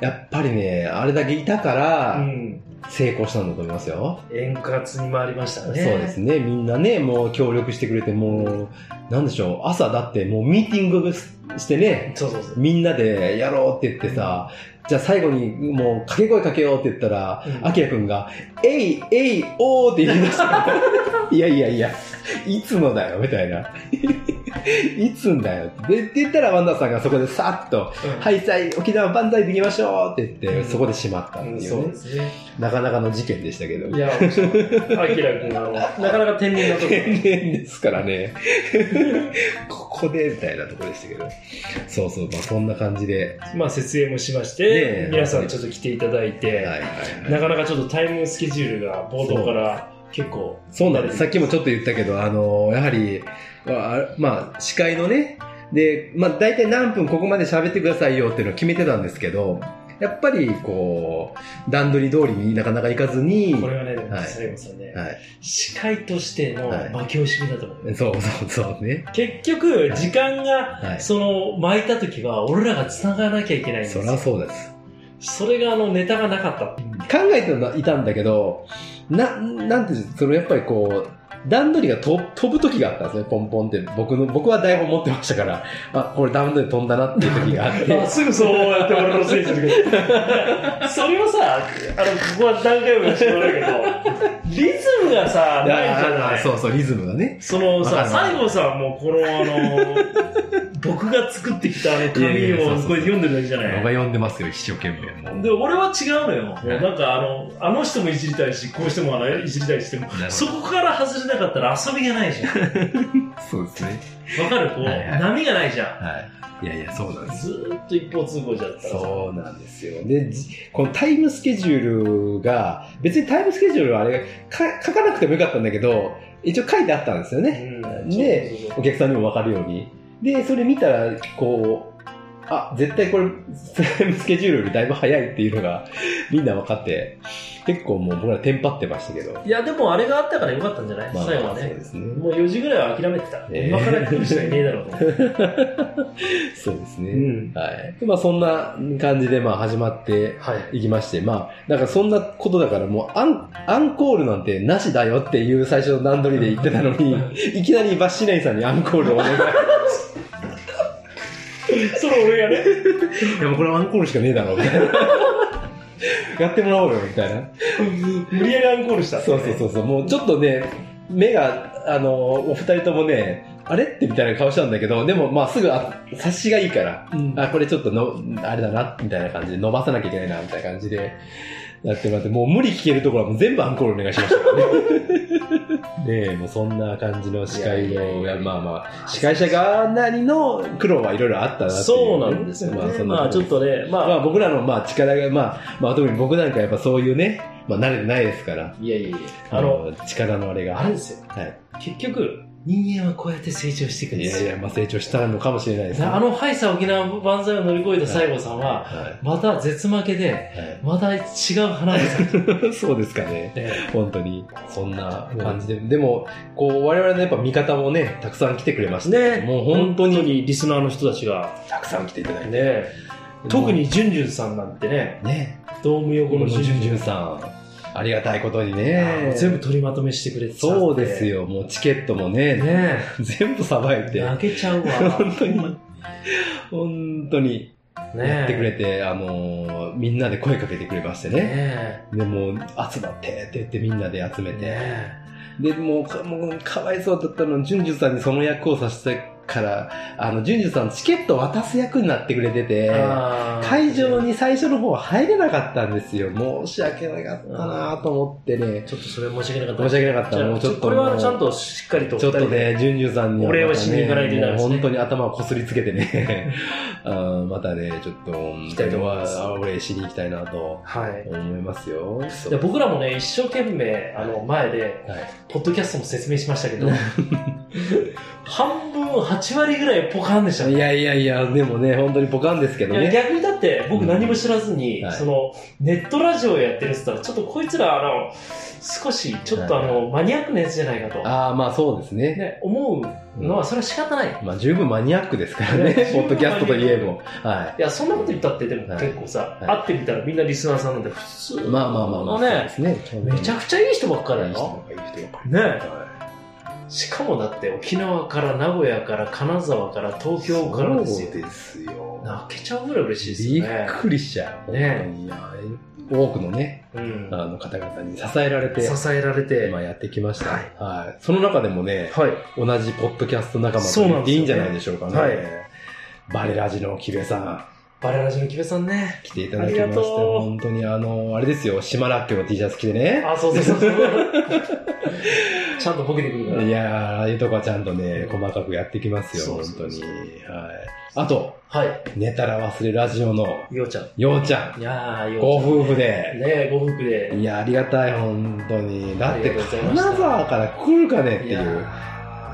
Speaker 2: やっぱりね、あれだけいたか
Speaker 3: う
Speaker 2: ら、
Speaker 3: ん、
Speaker 2: 成功したんだと思いますよ。
Speaker 3: 円滑に回りました
Speaker 2: そう
Speaker 3: ね。
Speaker 2: ですね。みんなね、もう協力してくれて、もう、なんでしょう。朝だってもうミーティングししてね、
Speaker 3: そうそうそう。
Speaker 2: みんなでやろうって言ってさ、じゃあ最後にもう掛け声かけようって言ったら
Speaker 3: う、ん
Speaker 2: あきらくんが、えい、えい、おーって言い出した。 いやいやいや、いつのだよ、みたいな。いつんだよ。で、って言ったらワンダーさんがそこでさっと、
Speaker 3: うん
Speaker 2: はい、さい、沖縄万歳できましょうって言って、
Speaker 3: うん
Speaker 2: そこでしまったって
Speaker 3: う
Speaker 2: い
Speaker 3: ん
Speaker 2: う
Speaker 3: そう
Speaker 2: ね、
Speaker 3: ですね。
Speaker 2: なかなかの事件でしたけど
Speaker 3: い。や、面白いアキラ君、あの、なかなか天然なとこ
Speaker 2: 天然ですからね。 ここで、みたいなとこでしたけど。そうそう、まあそんな感じで。
Speaker 3: まあ、設営もしまし
Speaker 2: ね
Speaker 3: て
Speaker 2: え、
Speaker 3: 皆さんちょっと来ていただいて、
Speaker 2: はいはいはい
Speaker 3: なかなかちょっとタイムスケジュールが冒頭から結構、
Speaker 2: そうなんです。さっきもちょっと言ったけど、あの、やはり、まあ、まあ、司会のね、で、まあ、大体何分ここまで喋ってくださいよっていうのを決めてたんですけど、やっぱり、こう、段取り通りになかなかいかずに、
Speaker 3: これ
Speaker 2: は
Speaker 3: はね、でも
Speaker 2: はい
Speaker 3: 最後さね、
Speaker 2: い。
Speaker 3: 司会としての
Speaker 2: はい
Speaker 3: 負け惜しみだと思う。
Speaker 2: そうそうそうね。
Speaker 3: 結局、時間が、
Speaker 2: はい。
Speaker 3: その、巻いた時は、俺らが繋がなきゃいけないんです
Speaker 2: そ
Speaker 3: よ。
Speaker 2: りゃそうです。
Speaker 3: それが、あの、ネタがなかった。
Speaker 2: 考えていたんだけど、な、なんていうんですそのやっぱりこう、段取りがと飛ぶ時があったんですね、ポンポンって。僕の、僕は台本持ってましたから、あ、これ段取り飛んだなっていう時があ って
Speaker 3: あ。すぐそうやって俺のせいにするけど。 それをさ、あの、ここは段階分してもらうけど、リズムがさ、ないじゃ
Speaker 2: あ
Speaker 3: な
Speaker 2: あ
Speaker 3: い。
Speaker 2: そうそう、リズムがね。
Speaker 3: その
Speaker 2: わかる
Speaker 3: さ、
Speaker 2: わかる
Speaker 3: 西郷さんはもうこのあの、僕が作ってきたあの紙
Speaker 2: いやいやそうそう
Speaker 3: を
Speaker 2: そう
Speaker 3: これ読んでるだけじゃ
Speaker 2: 僕
Speaker 3: な
Speaker 2: が
Speaker 3: い。
Speaker 2: 読んでますよ、一生懸命。もう
Speaker 3: で、俺は違うのよ。もう
Speaker 2: はい
Speaker 3: なんかあの、あの人もいじりたいし、こうしてもあのいじりたいしても
Speaker 2: なるほ、ど
Speaker 3: そこから外れなかったら遊びがないじゃん。わ
Speaker 2: そうですね。
Speaker 3: かるこう、
Speaker 2: はいはい
Speaker 3: 波がないじゃ
Speaker 2: はい。いやいや、そうなんで
Speaker 3: ん。
Speaker 2: す。
Speaker 3: ずーっと一方通行じゃったらさ
Speaker 2: そうなんですよ。で、じこのタイムスケジュールが、別にタイムスケジュールはあれか、書かなくてもよかったんだけど、一応書いてあったんですよね。
Speaker 3: うん
Speaker 2: で
Speaker 3: そうそうそ
Speaker 2: お
Speaker 3: う
Speaker 2: 客さんにも分かるように。で、それ見たら、こう、あ、絶対これ、 タイムスケジュールよりだいぶ早いっていうのが、みんな分かって、結構もう僕らテンパってましたけど。
Speaker 3: いや、でもあれがあったからよかったんじゃない
Speaker 2: まあ、
Speaker 3: 最後は
Speaker 2: そう
Speaker 3: ね
Speaker 2: で。すね。
Speaker 3: もう4時ぐらいは諦めてた。
Speaker 2: えー
Speaker 3: 今から来る人はいねえだろうと思 って。
Speaker 2: そうですね。
Speaker 3: うん
Speaker 2: はい。でまあ、そんな感じで、まあ、始まって
Speaker 3: はい。
Speaker 2: いきまして、まあ、なんかそんなことだから、もうアン、アンコールなんてなしだよっていう最初の段取りで言ってたのに、 いきなりバッシナイさんにアンコールをお願い。
Speaker 3: それ俺がね。
Speaker 2: いや、もうこれアンコールしかねえだろ、みたいな。 やってもらおうよ、みたいな。
Speaker 3: 無理やりアンコールした。
Speaker 2: そうそうそうそう、もうちょっとね、目が、あの、お二人ともね、あれってみたいな顔したんだけど、でもまあすぐ、あ察しがいいから、
Speaker 3: うん
Speaker 2: あ、これちょっとの、あれだな、みたいな感じで、伸ばさなきゃいけないな、みたいな感じで、やってもらって、もう無理聞けるところはもう全部アンコールお願いしました からね。ねえ、もうそんな感じの司会
Speaker 3: いやいやい
Speaker 2: の、い
Speaker 3: や
Speaker 2: やまあまあ、司会者側なりの苦労はいろいろあったなっていうね、
Speaker 3: そうなんですよ、ね。まあ、
Speaker 2: そんな
Speaker 3: ちょっとね、まあ、
Speaker 2: まあ僕らのまあ力が、まあ、まあ特に僕なんかやっぱそういうね、まあ慣れてないですから、
Speaker 3: いやいやいや、
Speaker 2: あ
Speaker 3: あの、
Speaker 2: の、力のあれが。
Speaker 3: あれですよ。
Speaker 2: はい。
Speaker 3: 結局、人間はこうやって成長していくん
Speaker 2: い
Speaker 3: です
Speaker 2: や
Speaker 3: よ。
Speaker 2: いや、まあ成長したのかもしれないですね。
Speaker 3: あの、ハイサ沖縄万歳を乗り越えた西郷さんは、
Speaker 2: は
Speaker 3: また絶負けで、
Speaker 2: い。は
Speaker 3: また違う花ですよ。
Speaker 2: い。 そうですかね。
Speaker 3: ね
Speaker 2: 本当に。そんな感じで。でも、こう、我々のやっぱ味方もね、たくさん来てくれました。 もう本当に、
Speaker 3: リスナーの人たちが、
Speaker 2: たくさん来ていただいて。
Speaker 3: ね、特にジュンジュンさんなんてね、
Speaker 2: ね、
Speaker 3: ドーム
Speaker 2: こ
Speaker 3: 横
Speaker 2: の
Speaker 3: の
Speaker 2: ジ
Speaker 3: ジ
Speaker 2: ュ
Speaker 3: ュ
Speaker 2: ン
Speaker 3: ン
Speaker 2: ジ
Speaker 3: ジ
Speaker 2: ュ
Speaker 3: ュ
Speaker 2: ン
Speaker 3: ン
Speaker 2: さん、ありがたいことに
Speaker 3: も
Speaker 2: ね
Speaker 3: う。全部取りまとめしてくれてたん
Speaker 2: そうです。よ。もうチケットもね、
Speaker 3: ね
Speaker 2: 全部さばいて、
Speaker 3: 泣けちゃ うわ。
Speaker 2: 本当に、本当に
Speaker 3: ね
Speaker 2: やってくれて、あのー、みんなで声かけてくれましてね。
Speaker 3: ね
Speaker 2: でもう集まってって言ってみんなで集め
Speaker 3: え。
Speaker 2: て、
Speaker 3: ねえ。
Speaker 2: でもうかもうかわいそうだったのジュンジュンさんにその役をさせてから、あの、ジュンジュさんチケット渡す役になってくれてて、
Speaker 3: あー
Speaker 2: 会場に最初の方は入れなかったんですよ。申し訳なかったなと思ってね。
Speaker 3: ちょっとそれは申し訳なかっ
Speaker 2: 申
Speaker 3: た
Speaker 2: し訳なかった。
Speaker 3: じゃあ
Speaker 2: もうちょっと。
Speaker 3: これはちゃんとしっかりと
Speaker 2: ちょっと
Speaker 3: 二人で
Speaker 2: ね、ジュンジュさんにはまたね、
Speaker 3: お礼をしに行かないといけないです
Speaker 2: も
Speaker 3: ね
Speaker 2: う本当に頭をこすりつけてね、 あーまたね、ちょっと、行
Speaker 3: きたいと思います
Speaker 2: お礼しに行きたいなと
Speaker 3: はい
Speaker 2: 思いますよ。
Speaker 3: で僕らもね一生懸命あの前で、
Speaker 2: はい
Speaker 3: ポッドキャストも説明しましたけ ど半分8割ぐらいポカンでしたね
Speaker 2: いやいやいや、でもね、本当にポカンですけど
Speaker 3: いや
Speaker 2: ね。
Speaker 3: 逆にだって僕何も知らずに、
Speaker 2: うんはい
Speaker 3: そのネットラジオやってるっつったらちょっとこいつらあの少しちょっとあの、マニアックなやつじゃないかと、
Speaker 2: ああ、まあそうですね。
Speaker 3: ね、思うのはそれは仕方ない、い
Speaker 2: まあ十分マニアックですからね、
Speaker 3: いや
Speaker 2: ポッドキャストといえど。は
Speaker 3: やそんなこと言ったってでも
Speaker 2: はい
Speaker 3: 結構さ、
Speaker 2: はい
Speaker 3: 会ってみたらみんなリスナーさんなんで普通
Speaker 2: い。まあまあまあまあ、
Speaker 3: ね
Speaker 2: そうですね。
Speaker 3: めちゃくちゃいい人ばっかだ
Speaker 2: いい
Speaker 3: よ
Speaker 2: 人がいい人ばっかり
Speaker 3: ねしかもだって沖縄から名古屋から金沢から東京からですよ
Speaker 2: そうですよ。
Speaker 3: 泣けちゃうぐらい嬉しい
Speaker 2: び
Speaker 3: ですよ
Speaker 2: っ
Speaker 3: ね、
Speaker 2: くりしちゃう。
Speaker 3: ね
Speaker 2: 本当にいや多くのね、
Speaker 3: うん
Speaker 2: あ、の方々に支えられて、
Speaker 3: 支えられて、
Speaker 2: まあやってきました。
Speaker 3: は
Speaker 2: はい。その中でもね、
Speaker 3: はい
Speaker 2: 同じポッドキャスト仲間と
Speaker 3: そう
Speaker 2: 言
Speaker 3: なん
Speaker 2: って
Speaker 3: ですよね
Speaker 2: いいんじゃないでしょうかね。
Speaker 3: はい
Speaker 2: バレラジの木部さん、
Speaker 3: バレラジの木部さんね
Speaker 2: 来ていただきま
Speaker 3: あ
Speaker 2: し
Speaker 3: り
Speaker 2: て、
Speaker 3: がとう
Speaker 2: 本当にあの、あれですよ、島らっきょうの T シャツ着てね。
Speaker 3: あ、そうそうそうそう。 ちゃんとボケてくるから。
Speaker 2: いやー、ああいうとこはちゃんとね、細かくやってきますよ、
Speaker 3: そう
Speaker 2: 本
Speaker 3: そ
Speaker 2: 当
Speaker 3: うそ
Speaker 2: に。
Speaker 3: う
Speaker 2: はい。あと、
Speaker 3: は
Speaker 2: 寝たら忘れラジオの、
Speaker 3: い。ようちゃん。
Speaker 2: ようちゃ
Speaker 3: いやー、
Speaker 2: ん。
Speaker 3: よ
Speaker 2: ご
Speaker 3: うち
Speaker 2: 夫婦
Speaker 3: ゃん。
Speaker 2: で。
Speaker 3: ねえ、ご夫婦で。
Speaker 2: いや、ありがたい、本当に。だっ
Speaker 3: あ
Speaker 2: て、
Speaker 3: りがとうございました
Speaker 2: 金沢から来るかねって
Speaker 3: い
Speaker 2: い
Speaker 3: や
Speaker 2: う。
Speaker 3: ー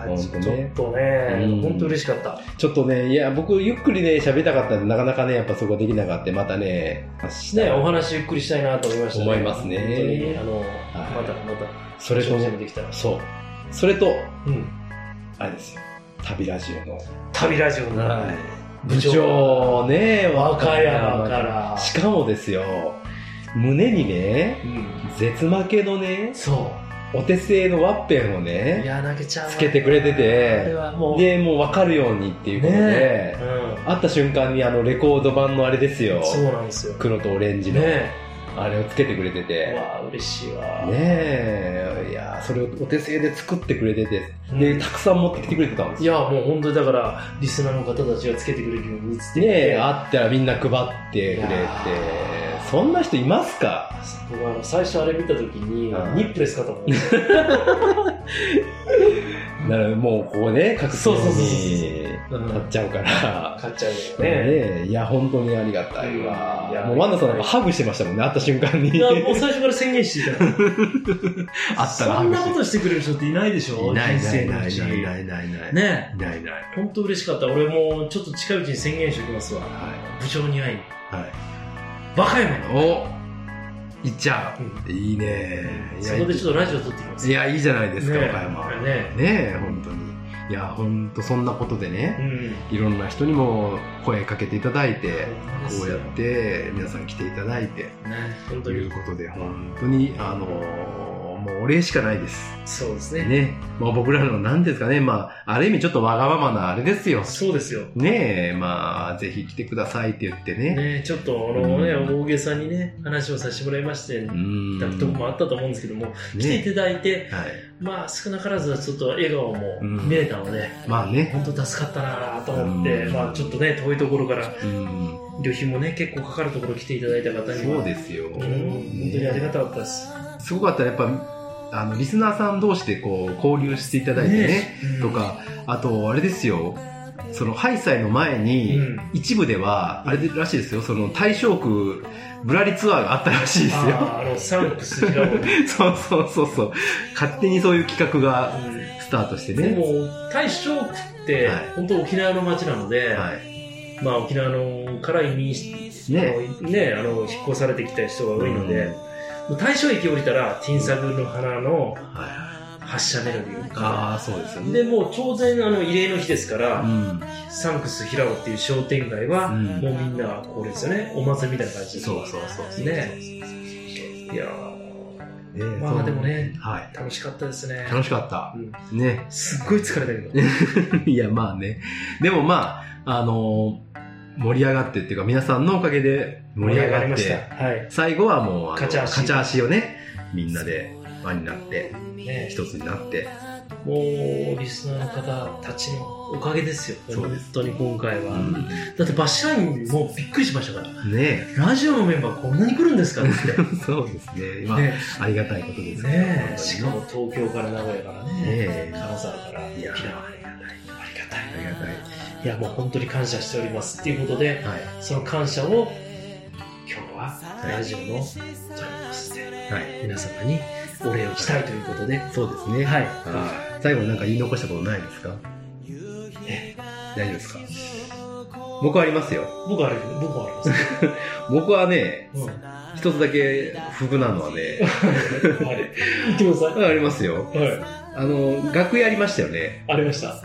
Speaker 2: ほんとね
Speaker 3: ちょっと
Speaker 2: うん
Speaker 3: ね、本当嬉しかった。
Speaker 2: ちょっとね、いや、僕、ゆっくりね、喋りたかったんで、なかなかね、やっぱそこできなかった。またね、
Speaker 3: ね、お話ゆっくりしたいなと思いましたね。
Speaker 2: 思いますね
Speaker 3: 本当に、あの、また、ま
Speaker 2: そ
Speaker 3: た、
Speaker 2: れと
Speaker 3: 挑、戦できたら。
Speaker 2: そう。それと、
Speaker 3: うん。
Speaker 2: あれですよ。旅ラジオの、
Speaker 3: 旅ラジオな
Speaker 2: はい部
Speaker 3: 部長
Speaker 2: 長ね、
Speaker 3: 和歌山
Speaker 2: ら
Speaker 3: から。
Speaker 2: しかもですよ、胸にね、
Speaker 3: うん。
Speaker 2: 絶負けのね、
Speaker 3: そ
Speaker 2: お手製のワッペンを
Speaker 3: う。い
Speaker 2: ね、
Speaker 3: やー、泣けちゃうわ。
Speaker 2: つけてくれてて
Speaker 3: あれはもう。
Speaker 2: で、もう分かるようにっていうことで、
Speaker 3: ね
Speaker 2: 会った瞬間にあのレコード版のあれです
Speaker 3: う
Speaker 2: よ
Speaker 3: ん。、そうなんですよ。ね
Speaker 2: 黒とオレンジの、
Speaker 3: え。
Speaker 2: あれをつけてくれて
Speaker 3: う
Speaker 2: て、
Speaker 3: わー、嬉しいわ。
Speaker 2: ねえ、いやーそれをお手製で作ってくれてて、
Speaker 3: う
Speaker 2: で、
Speaker 3: ん
Speaker 2: たくさん持ってきてくれてたんです
Speaker 3: い
Speaker 2: よ。
Speaker 3: や、もう本当にだから、リスナーの方たちがつけてくれるように映って
Speaker 2: ねえ、会
Speaker 3: あ
Speaker 2: ったらみんな配ってくれ
Speaker 3: い
Speaker 2: て
Speaker 3: や、
Speaker 2: そんな人いますか
Speaker 3: 僕あの最初あれ見た時に、
Speaker 2: う
Speaker 3: ニ
Speaker 2: ん
Speaker 3: ップレスか と思って。
Speaker 2: ならもうここね、各地
Speaker 3: そうそうそう
Speaker 2: に
Speaker 3: そううん
Speaker 2: 立っちゃうから。
Speaker 3: 買っちゃうよね。
Speaker 2: ねえ、いや、本当にありがたい
Speaker 3: うんい
Speaker 2: わ
Speaker 3: や。
Speaker 2: もう、ワンダさんなんかハグしてましたもんね、会った瞬間
Speaker 3: い
Speaker 2: に。
Speaker 3: や、もう最初から宣言してたから。
Speaker 2: あ
Speaker 3: そんなことしてくれる人っていないでしょ人生のうちに。
Speaker 2: いないないね。
Speaker 3: ね
Speaker 2: いないない。
Speaker 3: え。本当嬉しかった。俺もうちょっと近いうちに宣言しておきますわ。
Speaker 2: は
Speaker 3: 部長に会い
Speaker 2: い。
Speaker 3: に。
Speaker 2: はい。
Speaker 3: バカ山の。
Speaker 2: おいっちゃ
Speaker 3: うん
Speaker 2: う。いいね。いや
Speaker 3: そこでちょっとラジオ撮ってきます。
Speaker 2: いや、いいじゃないですか、
Speaker 3: ねえ
Speaker 2: 岡山。
Speaker 3: ね
Speaker 2: ねえ、本当に。いや、本当そんなことで
Speaker 3: え。う
Speaker 2: ね、
Speaker 3: ん。
Speaker 2: いろんな人にも声かけていただいて、こうやっ
Speaker 3: ね
Speaker 2: て皆さん来ていただいて、
Speaker 3: え。本
Speaker 2: と
Speaker 3: 当
Speaker 2: いう
Speaker 3: に。
Speaker 2: ことで、本当に、あのーもうお礼しかないです。
Speaker 3: そうですね。
Speaker 2: ね。まあ僕らの何ですかね、まあ、ある意味ちょっとわがままなあれですよ。
Speaker 3: そうですよ。
Speaker 2: ねえ、まあ、ぜひ来てくださいって言ってね。
Speaker 3: ねえ、ちょっとあのね、
Speaker 2: う
Speaker 3: 大げさにね、話をさせてもらいまして、
Speaker 2: う
Speaker 3: だ
Speaker 2: ん。
Speaker 3: とこもあったと思うんですけども、来てい
Speaker 2: ね。
Speaker 3: ただいて、
Speaker 2: はい。
Speaker 3: まあ少なからずちょっと笑顔も
Speaker 2: うん
Speaker 3: 見れたので、
Speaker 2: まあね。
Speaker 3: 本当助かったなと思って、
Speaker 2: うん
Speaker 3: まあちょっとね、遠いところから、
Speaker 2: うん。
Speaker 3: 旅費もね、結構かかるところ来ていただいた方に
Speaker 2: そう
Speaker 3: は、
Speaker 2: ですよ。
Speaker 3: うん本当にありがたかったです。
Speaker 2: すごかったらやっぱ、あの、リスナーさん同士でこう、交流していただいてね。
Speaker 3: え
Speaker 2: と、か、あと、あれですよ。その、ハイサイの前
Speaker 3: うん
Speaker 2: に、
Speaker 3: うん
Speaker 2: 一部では、あれらしいですよ、その大正区ぶらりツアーがあったらしいですよ。
Speaker 3: あーあの、サンクス平尾、 うん
Speaker 2: そうそうそうそう。勝手にそういう企画がスタートして
Speaker 3: で
Speaker 2: ね。
Speaker 3: も、大正区って、
Speaker 2: はい
Speaker 3: 本当沖縄の街なので、
Speaker 2: はい。
Speaker 3: まあ沖縄のから移民し、
Speaker 2: ね
Speaker 3: あのねあの引っ越されてきた人が多いので、もう大正駅降りたら、ティンサグの花の
Speaker 2: はい、
Speaker 3: 発射メロディー
Speaker 2: ああ、そうですよね。
Speaker 3: でもう当然あの慰霊の日ですから、
Speaker 2: うん。
Speaker 3: サンクス平尾っていう商店街は、
Speaker 2: うん
Speaker 3: もうみんなこれですよねお祭りみたいな感じで
Speaker 2: そうそうそうそう。
Speaker 3: ねいやー
Speaker 2: ね
Speaker 3: まあ
Speaker 2: そう
Speaker 3: でもね
Speaker 2: はい。
Speaker 3: 楽しかったですね
Speaker 2: 楽しかった。
Speaker 3: うん
Speaker 2: ね。
Speaker 3: すっごい疲れたけど
Speaker 2: いや、まあね。でもまあ、あのー盛り上がってっていうか、皆さんのおかげで盛り上が
Speaker 3: り
Speaker 2: っ、
Speaker 3: ましてたはい、
Speaker 2: 最後はもう、あの
Speaker 3: カチャ足
Speaker 2: カチャ足をね、みんなで輪になって、
Speaker 3: ね、
Speaker 2: 一つになって、
Speaker 3: もうリスナーの方たちのおかげですよ
Speaker 2: そうで
Speaker 3: 本
Speaker 2: す
Speaker 3: 当に今回は、
Speaker 2: うん
Speaker 3: だってバッシャーンもびっくりしましたから
Speaker 2: ね
Speaker 3: ラジオのメンバーこんなに来るんですかって
Speaker 2: えそうですね。まあ、
Speaker 3: ね
Speaker 2: ありがたいことです
Speaker 3: ねえしかも東京から名古屋からね
Speaker 2: ねえ
Speaker 3: 金沢から
Speaker 2: い
Speaker 3: 沖
Speaker 2: や
Speaker 3: 縄ありがたい
Speaker 2: ありがた
Speaker 3: いやもう本当に感謝しておりますっていうことで
Speaker 2: い。はい。
Speaker 3: その感謝を今日はラジオのトリップスで
Speaker 2: はい。
Speaker 3: 皆様にお礼をしたいということでは
Speaker 2: そうですね。
Speaker 3: い、
Speaker 2: はい。最後になんか言い残したことないですか大丈夫ですか僕はありますよ。
Speaker 3: 僕はあれ僕はあり ます、
Speaker 2: 僕はね、
Speaker 3: うん、
Speaker 2: 一つだけ不服なのはね、
Speaker 3: はい言ってくださ
Speaker 2: ありますよ。
Speaker 3: いはい
Speaker 2: あの、楽屋ありましたよね。
Speaker 3: ありました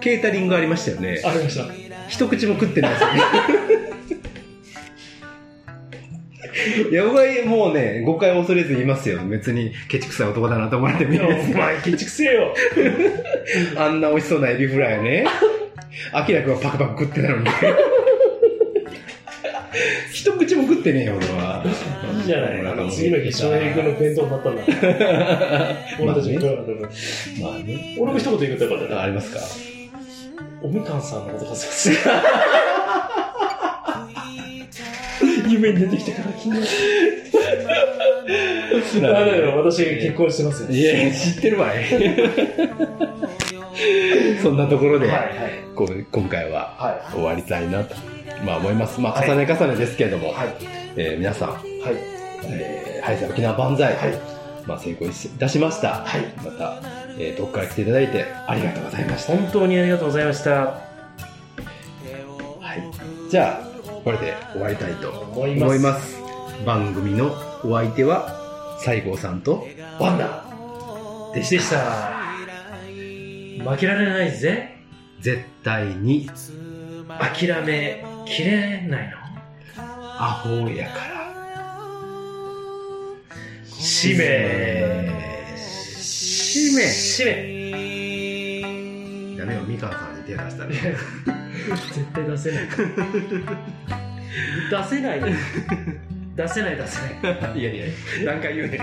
Speaker 2: ケータリングありましたよね。
Speaker 3: ありました
Speaker 2: 一口も食ってないですよ ね。いや、僕はもうね、誤解を恐れず言いますよ。別に、ケチくさい男だなと思われてもい
Speaker 3: い
Speaker 2: い
Speaker 3: や
Speaker 2: で
Speaker 3: お前建築せえよ
Speaker 2: す。あんな美味しそうなエビフライね。アキラくんはパクパク食ってたの に。一口も食ってねえよ、俺は。
Speaker 3: いいじゃない次の日翔平君の弁当になったんだ俺たちも行かなかった分
Speaker 2: まあね。
Speaker 3: 俺も一言言うとよかった
Speaker 2: あ
Speaker 3: な
Speaker 2: ありますか
Speaker 3: おみかんさんのことがす夢に出てきたから気になるあだから私結婚してますよ
Speaker 2: いやいや、知ってるわい。 そんなところで、
Speaker 3: はいはい
Speaker 2: こう今回は
Speaker 3: は
Speaker 2: 終わりたいなと、まあ、思います、まあ、
Speaker 3: はい
Speaker 2: 重ね重ねですけれども、
Speaker 3: はい
Speaker 2: えー皆さん、
Speaker 3: いはい
Speaker 2: えー、ハイサイ沖縄万歳、
Speaker 3: はい
Speaker 2: まあ、成功いたしました、
Speaker 3: はい
Speaker 2: また、えー遠くから来ていただいてありがとうございました、
Speaker 3: 本当にありがとうございました
Speaker 2: はい、じゃあこれで終わりたいと
Speaker 3: 思い
Speaker 2: 思い
Speaker 3: ま
Speaker 2: ますす番組のお相手は西郷さんと
Speaker 3: ワンダーでした負けられないぜ
Speaker 2: 絶対に
Speaker 3: 諦めきれないの
Speaker 2: アホやから
Speaker 3: 使命
Speaker 2: 使命
Speaker 3: 使命
Speaker 2: ダメよみかんさんに手出したね
Speaker 3: 絶対出せない出せ ない 出せない出せな い
Speaker 2: いやいや、何回言うねん。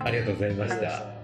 Speaker 2: ありがとうございました。